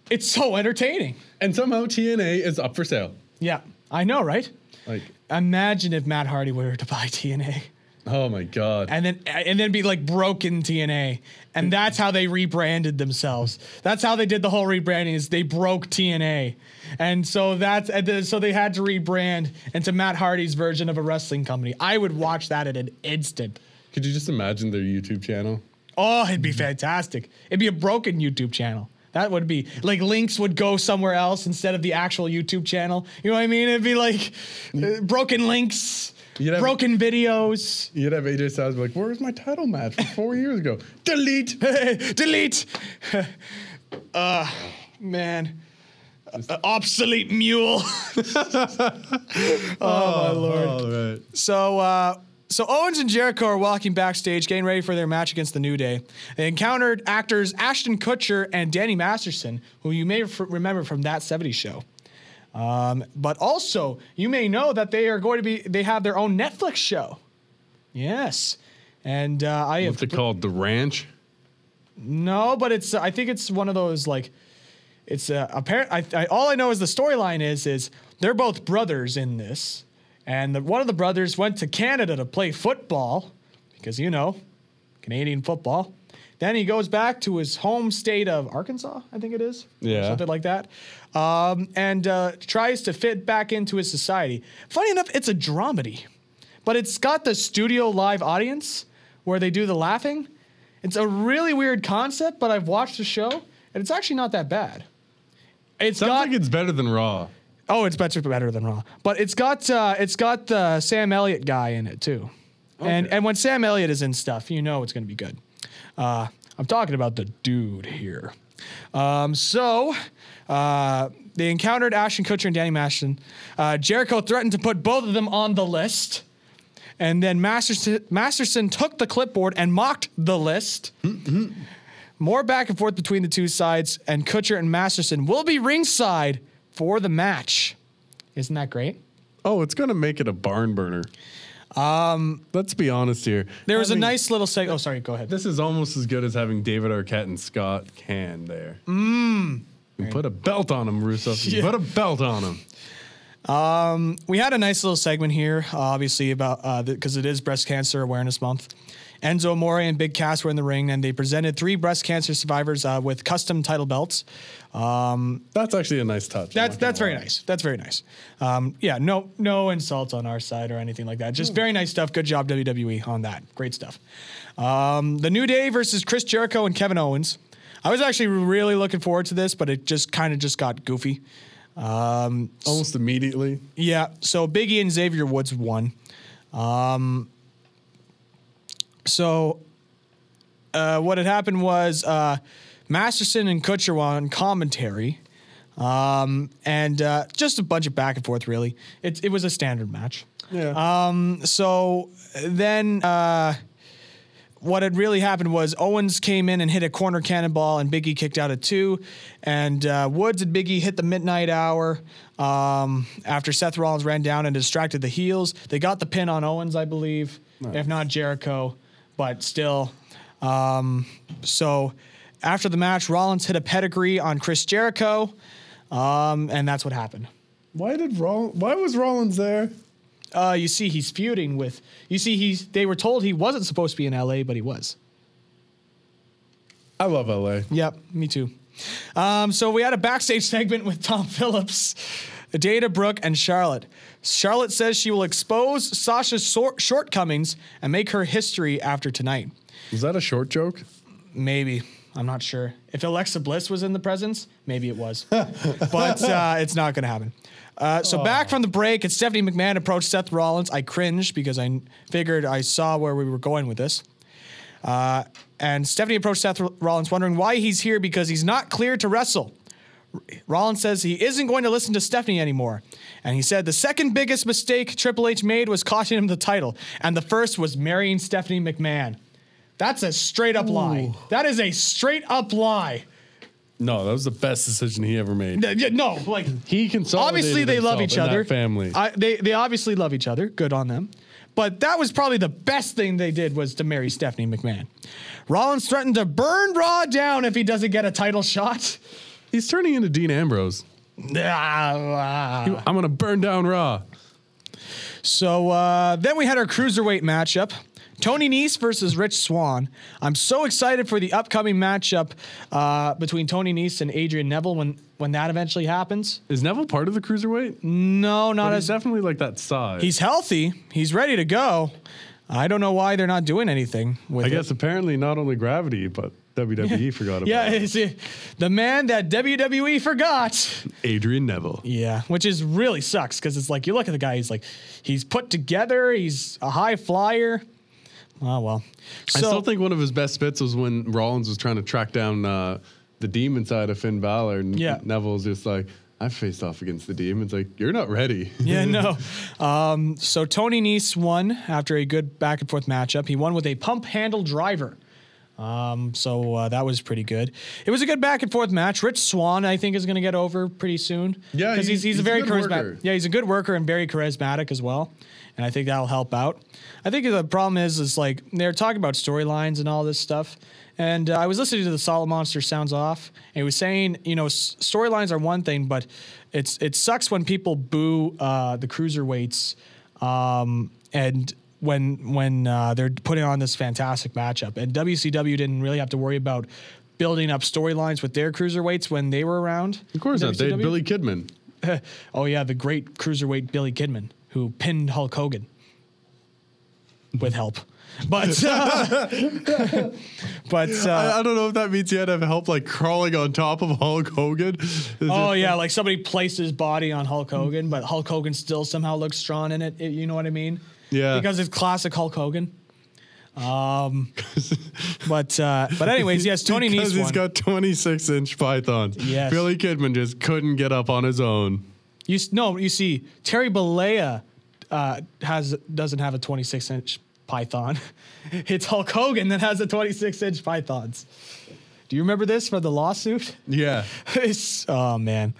Speaker 2: it's so entertaining.
Speaker 3: And somehow TNA is up for sale.
Speaker 2: Yeah. I know, right?
Speaker 3: Like,
Speaker 2: Imagine if Matt Hardy were to buy TNA
Speaker 3: oh my god.
Speaker 2: and then and then be like broken TNA. And that's how they rebranded themselves. That's how they did the whole rebranding is they broke TNA. And so that's and then- so they had to rebrand into Matt Hardy's version of a wrestling company. I would watch that at an instant.
Speaker 3: Could you just imagine their YouTube channel?
Speaker 2: Oh, it'd
Speaker 3: Mm-hmm.
Speaker 2: be fantastic. It'd be a broken YouTube channel. That would be like links would go somewhere else instead of the actual YouTube channel. You know what I mean? It'd be like uh, broken links,
Speaker 3: Mm. You'd have-
Speaker 2: broken videos.
Speaker 3: You'd have AJ Styles be like, "Where's my title match from four years ago?" Delete.
Speaker 2: Delete. uh, man. Uh, obsolete mule. Oh,
Speaker 3: All right.
Speaker 2: So, uh, so Owens and Jericho are walking backstage, getting ready for their match against the New Day. They encountered actors Ashton Kutcher and Danny Masterson, who you may f- remember from that '70s show. Um, but also, you may know that they are going to be—they have their own Netflix show. Yes, and uh, I have
Speaker 3: What's it called? The Ranch.
Speaker 2: no, but it's—I think it's one of those like It's uh, apparent. I, I, all I know is the storyline is is they're both brothers in this, and the, one of the brothers went to Canada to play football because you know Canadian football. Then he goes back to his home state of Arkansas, I think it is, or
Speaker 3: Yeah.
Speaker 2: something like that, um, and uh, tries to fit back into his society. Funny enough, it's a dramedy, but it's got the studio live audience where they do the laughing. It's a really weird concept, but I've watched the show and it's actually not that bad. It's
Speaker 3: Sounds
Speaker 2: got
Speaker 3: like it's better than Raw.
Speaker 2: oh, it's better better than Raw, but it's got uh, it's got the Sam Elliott guy in it too, and and when Sam Elliott is in stuff, you know it's gonna be good. Uh, I'm talking about the dude here. Um, so uh, they encountered Ashton Kutcher and Danny Masterson. Uh, Jericho threatened to put both of them on the list. And then Masterson, Masterson took the clipboard and mocked the list. More back and forth between the two sides, and Kutcher and Masterson will be ringside for the match. Isn't that great?
Speaker 3: Oh, it's gonna make it a barn burner. Um, let's be honest here.
Speaker 2: There was a
Speaker 3: Having-
Speaker 2: nice little seg. Oh, sorry, go ahead.
Speaker 3: This is almost as good as having David Arquette and Scott Can there. Mmm.
Speaker 2: Mm.
Speaker 3: Put a belt on him, Russo. You Put a belt on him.
Speaker 2: We had a nice little segment here, uh, obviously, about because it is Breast Cancer Awareness Month. Enzo Amore and Big Cass were in the ring, and they presented three breast cancer survivors uh, with custom title belts.
Speaker 3: That's actually a nice touch. I'm
Speaker 2: That's
Speaker 3: not gonna
Speaker 2: that's very
Speaker 3: lie.
Speaker 2: nice. That's very nice. Um, yeah, no no insults on our side or anything like that. Just very nice stuff. Good job WWE on that. Great stuff. Um, the New Day versus Chris Jericho and Kevin Owens. I was actually really looking forward to this, but it just kind of just got goofy.
Speaker 3: Almost immediately.
Speaker 2: Yeah, so Biggie and Xavier Woods won. Um, so uh, what had happened was uh, Masterson and Kutcher were on commentary, um, and uh, just a bunch of back and forth. Really, it it was a standard match. Um,
Speaker 3: Yeah.
Speaker 2: So then. Uh, what had really happened was Owens came in and hit a corner cannonball, and Biggie kicked out at two. And uh, Woods and Biggie hit the midnight hour um, after Seth Rollins ran down and distracted the heels. They got the pin on Owens, I believe, if not Jericho, but still. Um, so after the match, Rollins hit a pedigree on Chris Jericho, um, and that's what happened.
Speaker 3: why did Roll? Why was Rollins there?
Speaker 2: Uh, you see, he's feuding with. You see, he's. They were told he wasn't supposed to be in LA, but he was.
Speaker 3: I love LA.
Speaker 2: Yep, me too. Um, so we had a backstage segment with Tom Phillips, Data Brooke, and Charlotte. Charlotte says she will expose Sasha's sor- shortcomings and make her history after tonight.
Speaker 3: Was that a short joke?
Speaker 2: Maybe. I'm not sure. If Alexa Bliss was in the presence, maybe it was. but uh, it's not going to happen. Uh, so back from the break, it's Stephanie McMahon approached Seth Rollins. I cringed because I n- figured I saw where we were going with this. Uh, and Stephanie approached Seth R- Rollins, wondering why he's here because he's not clear to wrestle. R- Rollins says he isn't going to listen to Stephanie anymore. And he said the second biggest mistake Triple H made was costing him the title, and the first was marrying Stephanie McMahon. That's a straight up lie. That is a straight up lie.
Speaker 3: No, that was the best decision he ever made.
Speaker 2: Th- yeah, No, like
Speaker 3: He consolidated.
Speaker 2: obviously they love
Speaker 3: himself
Speaker 2: each
Speaker 3: in that
Speaker 2: other.
Speaker 3: family.
Speaker 2: I, they they obviously love each other. Good on them. But that was probably the best thing they did was to marry Stephanie McMahon. Rollins threatened to burn Raw down if he doesn't get a title shot.
Speaker 3: He's turning into Dean Ambrose.
Speaker 2: Ah, ah.
Speaker 3: I'm gonna burn down Raw.
Speaker 2: So uh, then we had our cruiserweight matchup. Tony Nese versus Rich Swan. I'm so excited for the upcoming matchup uh, between Tony Nese and Adrian Neville when, when that eventually happens.
Speaker 3: Is Neville part of the cruiserweight? No,
Speaker 2: No, not
Speaker 3: he's
Speaker 2: as
Speaker 3: definitely like that size.
Speaker 2: He's healthy. He's ready to go. I don't know why they're not doing anything with
Speaker 3: I
Speaker 2: it.
Speaker 3: guess apparently not only gravity, but WWE forgot about
Speaker 2: Yeah,
Speaker 3: it.
Speaker 2: it's, uh, the man that WWE forgot.
Speaker 3: Adrian Neville.
Speaker 2: Yeah, which is really sucks because it's like you look at the guy. He's like, he's put together. He's a high flyer. Oh well. So
Speaker 3: I still think one of his best bits was when Rollins was trying to track down uh, the demon side of Finn Balor, and
Speaker 2: Yeah.
Speaker 3: Neville's just like, "I faced off against the demon." It's like you're not ready.
Speaker 2: yeah, no. Um, so Tony Nese won after a good back and forth matchup. He won with a pump handle driver. Um, so uh, that was pretty good. It was a good back and forth match. Rich Swan, I think, is going to get over pretty soon.
Speaker 3: Yeah,
Speaker 2: because he's, he's,
Speaker 3: he's-
Speaker 2: a
Speaker 3: he's a
Speaker 2: very
Speaker 3: good
Speaker 2: charismatic.
Speaker 3: worker.
Speaker 2: Yeah, he's a good worker and very charismatic as well. And I think that'll help out. I think the problem is, is like they're talking about storylines and all this stuff. And uh, I was listening to the Solid Monster Sounds Off, and he was saying, you know, s- storylines are one thing, but it's it sucks when people boo uh, the cruiserweights um, and when when uh, they're putting on this fantastic matchup. And WCW didn't really have to worry about building up storylines with their cruiserweights when they were around.
Speaker 3: Of course not. They had
Speaker 2: WCW?
Speaker 3: Billy Kidman.
Speaker 2: Oh yeah, the great cruiserweight Billy Kidman who pinned Hulk Hogan with help. But uh, but uh,
Speaker 3: I, I don't know if that means he had to have help like crawling on top of Hulk Hogan.
Speaker 2: oh yeah, like somebody placed his body on Hulk
Speaker 3: Mm.
Speaker 2: Hogan, but Hulk Hogan still somehow looks strong in it. it- you know what I mean?
Speaker 3: Yeah.
Speaker 2: Because it's classic Hulk Hogan. Um, but uh, but anyways, yes, Tony
Speaker 3: because
Speaker 2: Nese
Speaker 3: he's
Speaker 2: won.
Speaker 3: got 26 inch pythons.
Speaker 2: Yes.
Speaker 3: Billy Kidman just couldn't get up on his own.
Speaker 2: You s- no, you see, Terry Bollea uh, has doesn't have a 26 inch python. it's Hulk Hogan that has the 26 inch pythons. Do you remember this for the lawsuit?
Speaker 3: Yeah,
Speaker 2: It's- oh man.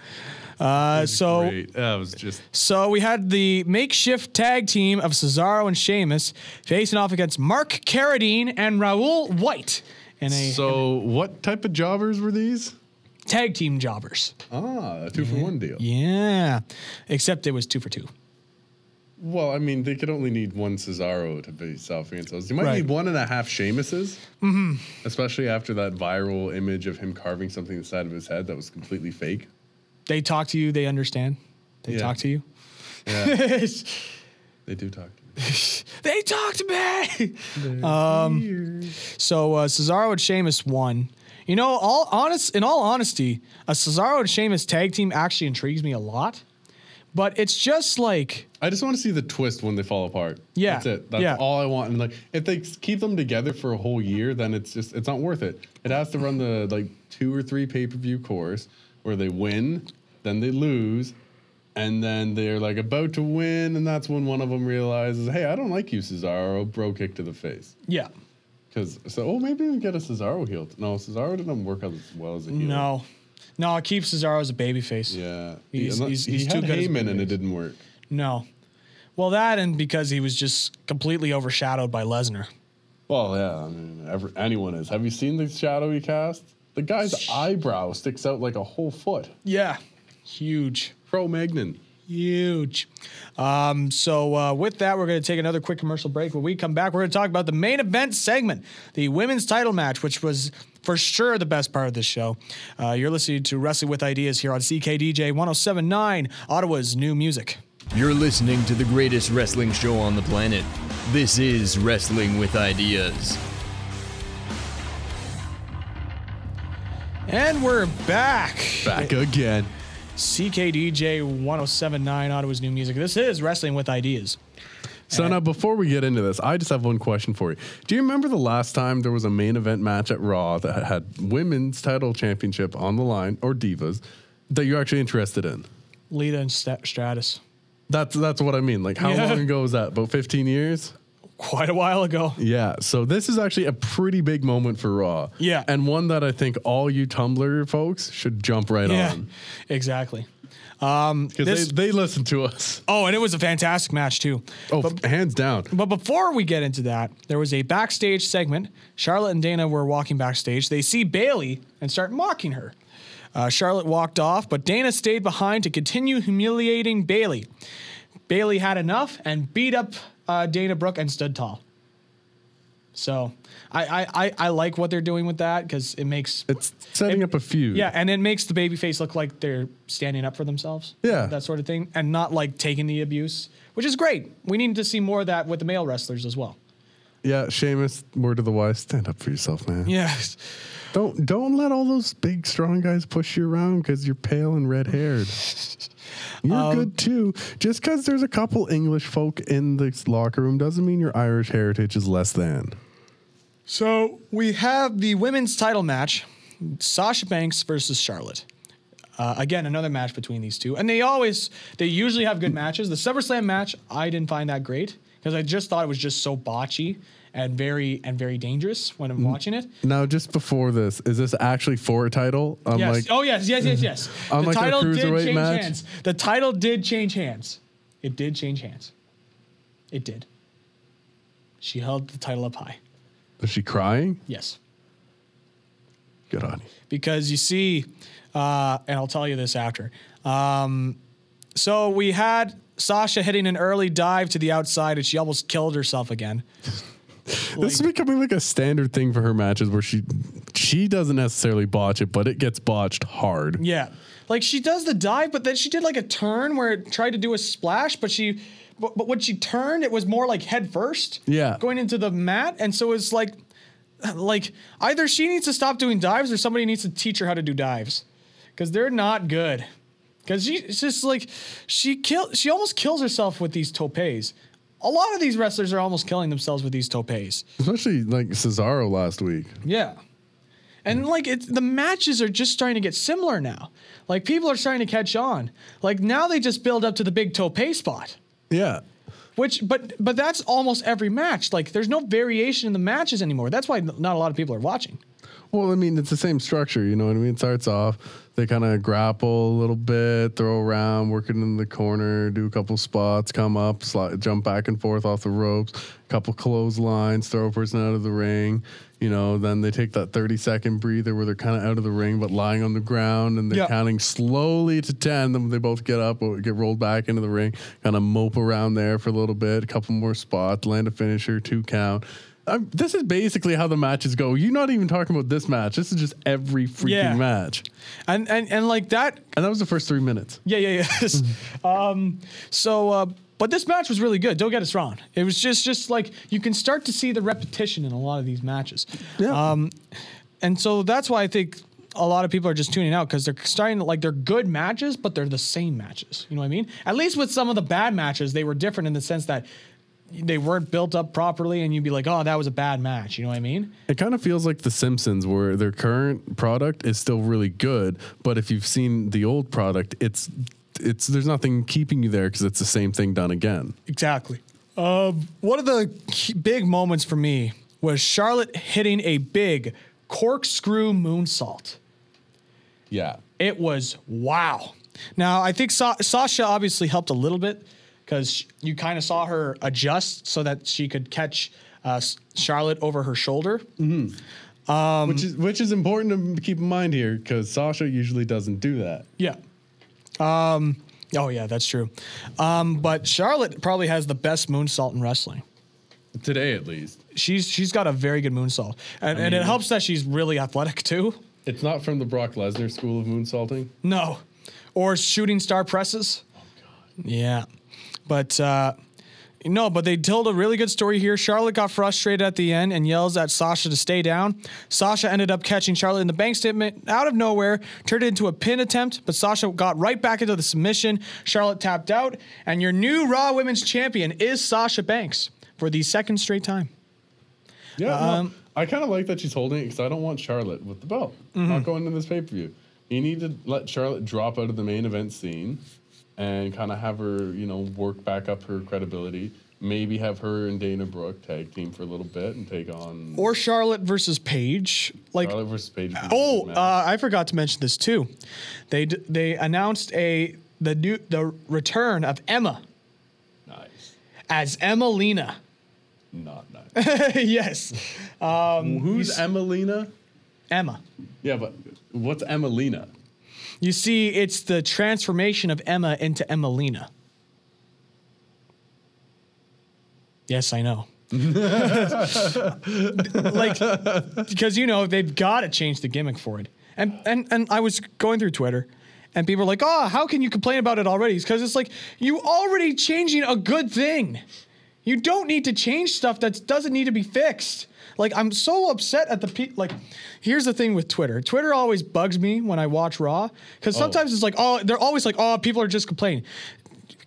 Speaker 2: Uh, so
Speaker 3: great. That was just
Speaker 2: so we had the makeshift tag team of Cesaro and Sheamus facing off against Mark Carradine and Raul White in a
Speaker 3: so. What type of jobbers were these?
Speaker 2: tag team jobbers.
Speaker 3: Ah, a two for one deal.
Speaker 2: Mm-hmm. Yeah, except it was two for two.
Speaker 3: Well, I mean, they could only need one Cesaro to be self against those. You might
Speaker 2: Right. Mm-hmm.
Speaker 3: need one and a half Sheamuses, especially after that viral image of him carving something inside of his head that was completely fake.
Speaker 2: They talk to you. They understand. They
Speaker 3: Yeah.
Speaker 2: talk to you.
Speaker 3: Yeah,
Speaker 2: they
Speaker 3: they do talk. to me.
Speaker 2: talked to me. Um, So uh, Cesaro and Sheamus won. You know, all honest in all honesty, a Cesaro and Sheamus tag team actually intrigues me a lot. But it's just like
Speaker 3: I just want to see the twist when they fall apart.
Speaker 2: Yeah,
Speaker 3: that's it. That's
Speaker 2: yeah.
Speaker 3: all I want. And like, if they s- keep them together for a whole year, then it's just it's not worth it. It has to run the like two or three pay per view course where they win, then they lose, and then they're like about to win, and that's when one of them realizes, hey, I don't like you, Cesaro. Bro kick to the face.
Speaker 2: yeah.
Speaker 3: Because so oh maybe we get a Cesaro heel. No, Cesaro didn't work as well as a heel.
Speaker 2: No. No, I keep Cesaro as a babyface.
Speaker 3: Yeah,
Speaker 2: He's-
Speaker 3: he,
Speaker 2: he's-
Speaker 3: he
Speaker 2: he's too
Speaker 3: had
Speaker 2: good as a
Speaker 3: Heyman and
Speaker 2: babyface.
Speaker 3: it didn't work.
Speaker 2: No. Well, that and because he was just completely overshadowed by Lesnar.
Speaker 3: Well, yeah, I mean, every, anyone is. Have you seen the shadow he cast? The guy's eyebrow sticks out like a whole foot.
Speaker 2: Yeah. Huge.
Speaker 3: Pro Magnon.
Speaker 2: Huge. Um, so, uh, with that, we're going to take another quick commercial break. When we come back, we're going to talk about the main event segment, the women's title match, which was for sure the best part of this show. Uh, you're listening to Wrestling with Ideas here on CKDJ 1079, Ottawa's new music.
Speaker 4: You're listening to the greatest wrestling show on the planet. This is Wrestling with Ideas.
Speaker 2: And we're back.
Speaker 3: Back again.
Speaker 2: CKDJ 1079, Ottawa's new music. This is Wrestling with Ideas.
Speaker 3: So now, before we get into this, I just have one question for you. Do you remember the last time there was a main event match at Raw that had women's title championship on the line or divas that you're actually interested in?
Speaker 2: Lita and St- Stratus.
Speaker 3: That's that's what I mean. Like, how
Speaker 2: Yeah.
Speaker 3: long ago was that? About 15 years?
Speaker 2: Quite a while ago.
Speaker 3: Yeah, so this is actually a pretty big moment for Raw.
Speaker 2: Yeah.
Speaker 3: And one that I think all you Tumblr folks should jump right
Speaker 2: Yeah,
Speaker 3: on.
Speaker 2: exactly. This-
Speaker 3: Because they, they listen to us.
Speaker 2: Oh, and it was a fantastic match, too.
Speaker 3: Oh, hands down.
Speaker 2: But before we get into that, there was a backstage segment. Charlotte and Dana were walking backstage. They see Bailey and start mocking her. Uh, Charlotte walked off, but Dana stayed behind to continue humiliating Bailey. Bailey had enough and beat up uh, Dana Brooke and stood tall. So I, I, I, I like what they're doing with that because it makes
Speaker 3: It's setting up a feud.
Speaker 2: yeah, and it makes the babyface look like they're standing up for themselves.
Speaker 3: Yeah.
Speaker 2: That sort of thing. And not like taking the abuse, which is great. We need to see more of that with the male wrestlers as well.
Speaker 3: Yeah, Seamus, word of the wise, stand up for yourself, man.
Speaker 2: Yes.
Speaker 3: Don't don't let all those big strong guys push you around because you're pale and red haired. You're good too. Just because there's a couple English folk in this locker room doesn't mean your Irish heritage is less than.
Speaker 2: So we have the women's title match Sasha Banks versus Charlotte. Uh, again, another match between these two. And they always, they usually have good matches. The SummerSlam match, I didn't find that great because I just thought it was just so botchy and very and very dangerous when I'm watching it.
Speaker 3: Now, just before this, is this actually for a title? I'm
Speaker 2: yes.
Speaker 3: like,
Speaker 2: oh yes, yes, yes, yes.
Speaker 3: I'm like that cruiserweight
Speaker 2: change
Speaker 3: match.
Speaker 2: hands. The title did change hands. It did change hands. It did. She held the title up high.
Speaker 3: is she crying?
Speaker 2: Yes.
Speaker 3: Good on you.
Speaker 2: because you see, uh, and I'll tell you this after. Um, so we had Sasha hitting an early dive to the outside, and she almost killed herself again.
Speaker 3: this is becoming like a standard thing for her matches where she she doesn't necessarily botch it, but it gets botched hard.
Speaker 2: Yeah, like she does the dive, but then she did like a turn where it tried to do a splash, but she, but, but when she turned, it was more like head first.
Speaker 3: Yeah.
Speaker 2: going into the mat, and so it's like, like either she needs to stop doing dives or somebody needs to teach her how to do dives, because they're not good. Because she, it's just like she kill, she almost kills herself with these topes. A lot of these wrestlers are almost killing themselves with these topes.
Speaker 3: Especially like Cesaro last week.
Speaker 2: Yeah. And like it's the matches are just starting to get similar now. Like people are starting to catch on. Like now they just build up to the big tope spot.
Speaker 3: Yeah.
Speaker 2: Which but but that's almost every match. Like there's no variation in the matches anymore. That's why n- not a lot of people are watching.
Speaker 3: Well, I mean, it's the same structure, you know what I mean? It starts off, they kind of grapple a little bit, throw around, working in the corner, do a couple spots, come up, slide, jump back and forth off the ropes, couple clotheslines, throw a person out of the ring. You know, then they take that 30 second breather where they're kind of out of the ring but lying on the ground and they're
Speaker 2: Yeah.
Speaker 3: counting slowly to 10. Then they both get up, or get rolled back into the ring, kind of mope around there for a little bit, a couple more spots, land a finisher, two count. Um, this is basically how the matches go. You're not even talking about this match. This is just every freaking
Speaker 2: Yeah.
Speaker 3: match.
Speaker 2: And and and like that
Speaker 3: And that was the first three minutes.
Speaker 2: Yeah, yeah, yes. um, so, uh, but this match was really good. Don't get us wrong. It was just, just like you can start to see the repetition in a lot of these matches.
Speaker 3: Yeah.
Speaker 2: Um, and so that's why I think a lot of people are just tuning out because they're starting to like they're good matches, but they're the same matches. You know what I mean? At least with some of the bad matches, they were different in the sense that they weren't built up properly, and you'd be like, "Oh, that was a bad match." You know what I mean?
Speaker 3: It kind of feels like The Simpsons, where their current product is still really good, but if you've seen the old product, it's it's there's nothing keeping you there because it's the same thing done again.
Speaker 2: Exactly. Um, one of the key- big moments for me was Charlotte hitting a big corkscrew moonsault.
Speaker 3: Yeah.
Speaker 2: It was wow. Now, I think Sa- Sasha obviously helped a little bit because you kind of saw her adjust so that she could catch uh, S- Charlotte over her shoulder.
Speaker 3: which is which is important to keep in mind here because Sasha usually doesn't do that.
Speaker 2: Yeah. Um, oh, yeah, that's true. Um, but Charlotte probably has the best moonsault in wrestling.
Speaker 3: Today, at least,
Speaker 2: She's, she's got a very good moonsault. And, and it helps that she's really athletic too.
Speaker 3: it's not from the Brock Lesnar school of moonsaulting.
Speaker 2: No. Or shooting star presses. Yeah. But uh no, but they told a really good story here. Charlotte got frustrated at the end and yells at Sasha to stay down. Sasha ended up catching Charlotte in the bank statement out of nowhere, turned it into a pin attempt, but Sasha got right back into the submission. Charlotte tapped out, and your new Raw Women's Champion is Sasha Banks for the second straight time.
Speaker 3: Yeah, no, I kind of like that she's holding it because I don't want Charlotte with the belt. Not going to this pay per view. You need to let Charlotte drop out of the main event scene and kind of have her, you know, work back up her credibility. Maybe have her and Dana Brooke tag team for a little bit and take on
Speaker 2: Or Charlotte versus Paige. Like
Speaker 3: Charlotte versus Paige. for the
Speaker 2: Oh,
Speaker 3: match.
Speaker 2: uh, I forgot to mention this too. They d- they announced a the new the return of Emma
Speaker 3: nice,
Speaker 2: as Emmalina.
Speaker 3: not nice.
Speaker 2: yes,
Speaker 3: Who's Emelina?
Speaker 2: Emma.
Speaker 3: Yeah, but what's Emelina?
Speaker 2: You see, it's the transformation of Emma into Emmalina. Yes, I know. like, because you know they've got to change the gimmick for it. And and and I was going through Twitter, and people were like, "Oh, how can you complain about it already?" Because it's like you already changing a good thing. You don't need to change stuff that doesn't need to be fixed. Like I'm so upset at the pe- like. Here's the thing with Twitter. Twitter always bugs me when I watch Raw because sometimes it's like, oh, they're always like, oh, people are just complaining.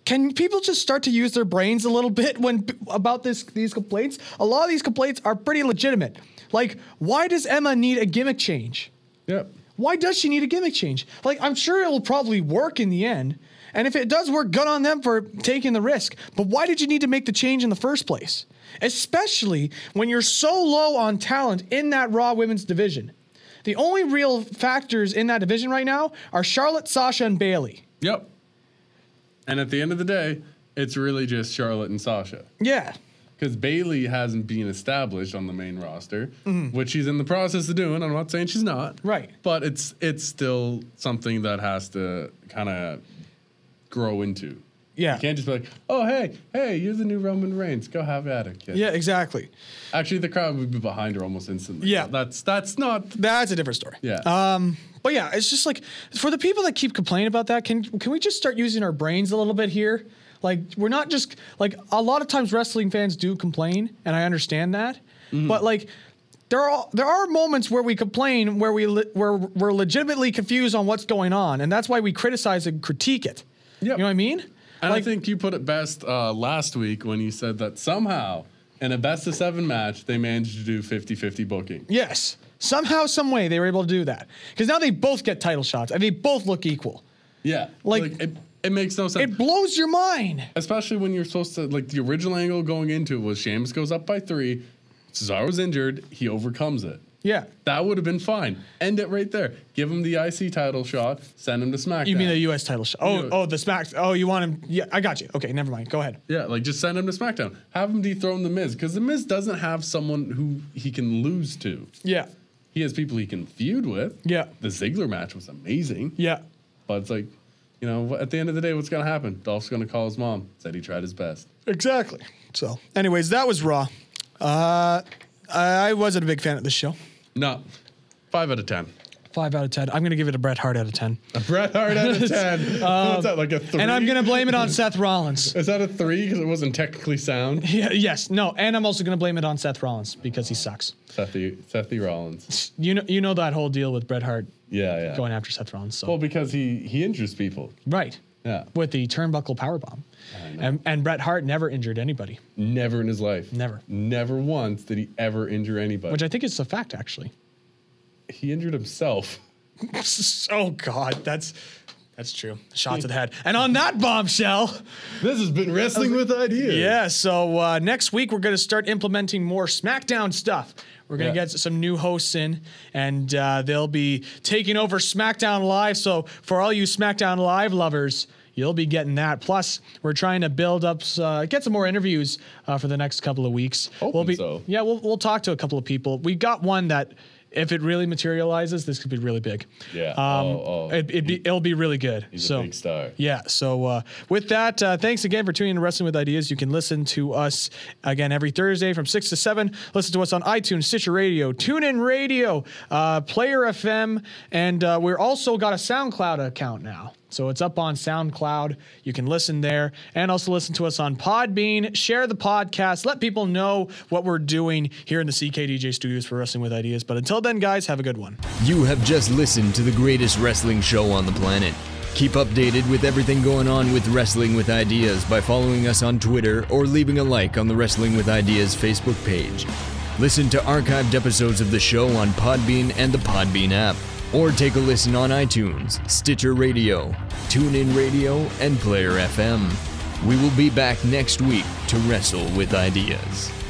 Speaker 2: Can people just start to use their brains a little bit when about this these complaints? A lot of these complaints are pretty legitimate. Like, why does Emma need a gimmick change?
Speaker 3: Yep.
Speaker 2: Why does she need a gimmick change? Like, I'm sure it will probably work in the end. And if it does work, good on them for taking the risk. But why did you need to make the change in the first place? especially when you're so low on talent in that Raw women's division. The only real factors in that division right now are Charlotte, Sasha, and Bailey.
Speaker 3: Yep. And at the end of the day, it's really just Charlotte and Sasha.
Speaker 2: Yeah.
Speaker 3: Because Bailey hasn't been established on the main roster, which she's in the process of doing. I'm not saying she's not.
Speaker 2: Mm-hmm. Right.
Speaker 3: But it's it's still something that has to kind of grow into.
Speaker 2: Yeah.
Speaker 3: You can't just be like, oh hey, hey, you're the new Roman Reigns. Go have at it, kid.
Speaker 2: yeah, exactly.
Speaker 3: Actually the crowd would be behind her almost instantly.
Speaker 2: Yeah. Uh,
Speaker 3: That's that's not
Speaker 2: That's a different story.
Speaker 3: Yeah.
Speaker 2: But yeah, it's just like for the people that keep complaining about that, can can we just start using our brains a little bit here? Like we're not just like a lot of times wrestling fans do complain, and I understand that.
Speaker 3: Mm-hmm.
Speaker 2: But like there are there are moments where we complain where we le- where we're legitimately confused on what's going on, and that's why we criticize and critique it.
Speaker 3: Yep.
Speaker 2: You know what I mean?
Speaker 3: And
Speaker 2: like
Speaker 3: I think you put it best uh, last week when you said that somehow in a best of seven match, they managed to do 50 50 booking.
Speaker 2: yes, somehow, some way they were able to do that because now they both get title shots and they both look equal.
Speaker 3: Yeah.
Speaker 2: Like-
Speaker 3: it, it makes no sense.
Speaker 2: It blows your mind.
Speaker 3: Especially when you're supposed to, like, the original angle going into it was Sheamus goes up by three, Cesaro's injured, he overcomes it.
Speaker 2: Yeah.
Speaker 3: That would have been fine. End it right there. Give him the IC title shot, send him to SmackDown.
Speaker 2: You mean the U.S. title shot? Oh,
Speaker 3: Yeah.
Speaker 2: oh, the Smack. Oh, you want him? Yeah, I got you. Okay, never mind. Go ahead.
Speaker 3: Yeah, like just send him to SmackDown. Have him dethrone The Miz because The Miz doesn't have someone who he can lose to.
Speaker 2: Yeah,
Speaker 3: He has people he can feud with.
Speaker 2: Yeah.
Speaker 3: The Ziggler match was amazing.
Speaker 2: yeah,
Speaker 3: But it's like, you know, wh- at the end of the day, what's going to happen? Dolph's going to call his mom. Said he tried his best.
Speaker 2: exactly. So, anyways, that was Raw. Uh, I wasn't a big fan of this show.
Speaker 3: No. Five out of 10.
Speaker 2: Five out of ten. I'm gonna give it a Bret Hart out of ten,
Speaker 3: A Bret Hart out of 10. What's that, like a
Speaker 2: Um,
Speaker 3: three?
Speaker 2: and I'm gonna blame it on Seth Rollins.
Speaker 3: Is that a three? Because it wasn't technically sound.
Speaker 2: Yeah, yes, no, and I'm also gonna blame it on Seth Rollins because he sucks.
Speaker 3: Sethy, Sethy E, Rollins.
Speaker 2: You know, you know that whole deal with Bret Hart
Speaker 3: Yeah, yeah.
Speaker 2: going after Seth Rollins. So
Speaker 3: Well, because he, he injures people.
Speaker 2: right,
Speaker 3: Yeah.
Speaker 2: with the turnbuckle powerbomb, and and Bret Hart never injured anybody,
Speaker 3: Never in his life.
Speaker 2: Never.
Speaker 3: Never once did he ever injure anybody.
Speaker 2: which I think is a fact actually.
Speaker 3: he injured himself.
Speaker 2: Oh God, that's that's true. Shot to the head. And on that bombshell,
Speaker 3: This has been Wrestling with Ideas.
Speaker 2: yeah. So uh, next week we're gonna start implementing more SmackDown stuff. We're gonna
Speaker 3: Yeah.
Speaker 2: get some new hosts in, and uh, they'll be taking over SmackDown Live. So for all you SmackDown Live lovers. You'll be getting that. Plus, we're trying to build up, uh, get some more interviews uh, for the next couple of weeks.
Speaker 3: Hoping
Speaker 2: we'll be,
Speaker 3: so.
Speaker 2: yeah, we'll we'll talk to a couple of people. We got one that, if it really materializes, this could be really big.
Speaker 3: Yeah.
Speaker 2: Um,
Speaker 3: Oh, oh.
Speaker 2: It, it'd be, it'll be really good.
Speaker 3: He's
Speaker 2: so,
Speaker 3: a big star.
Speaker 2: yeah. So, uh, with that, uh, thanks again for tuning in to Wrestling with Ideas. You can listen to us again every Thursday from 6 to 7. Listen to us on iTunes, Stitcher Radio, TuneIn Radio, uh, Player FM, and uh, we're also got a SoundCloud account now. So it's up on SoundCloud. You can listen there and also listen to us on Podbean. Share the podcast. Let people know what we're doing here in the CKDJ studios for Wrestling with Ideas. But until then, guys, have a good one.
Speaker 4: You have just listened to the greatest wrestling show on the planet. Keep updated with everything going on with Wrestling with Ideas by following us on Twitter or leaving a like on the Wrestling with Ideas Facebook page. Listen to archived episodes of the show on Podbean and the Podbean app, or take a listen on iTunes, Stitcher Radio, TuneIn Radio, and Player FM. We will be back next week to wrestle with ideas.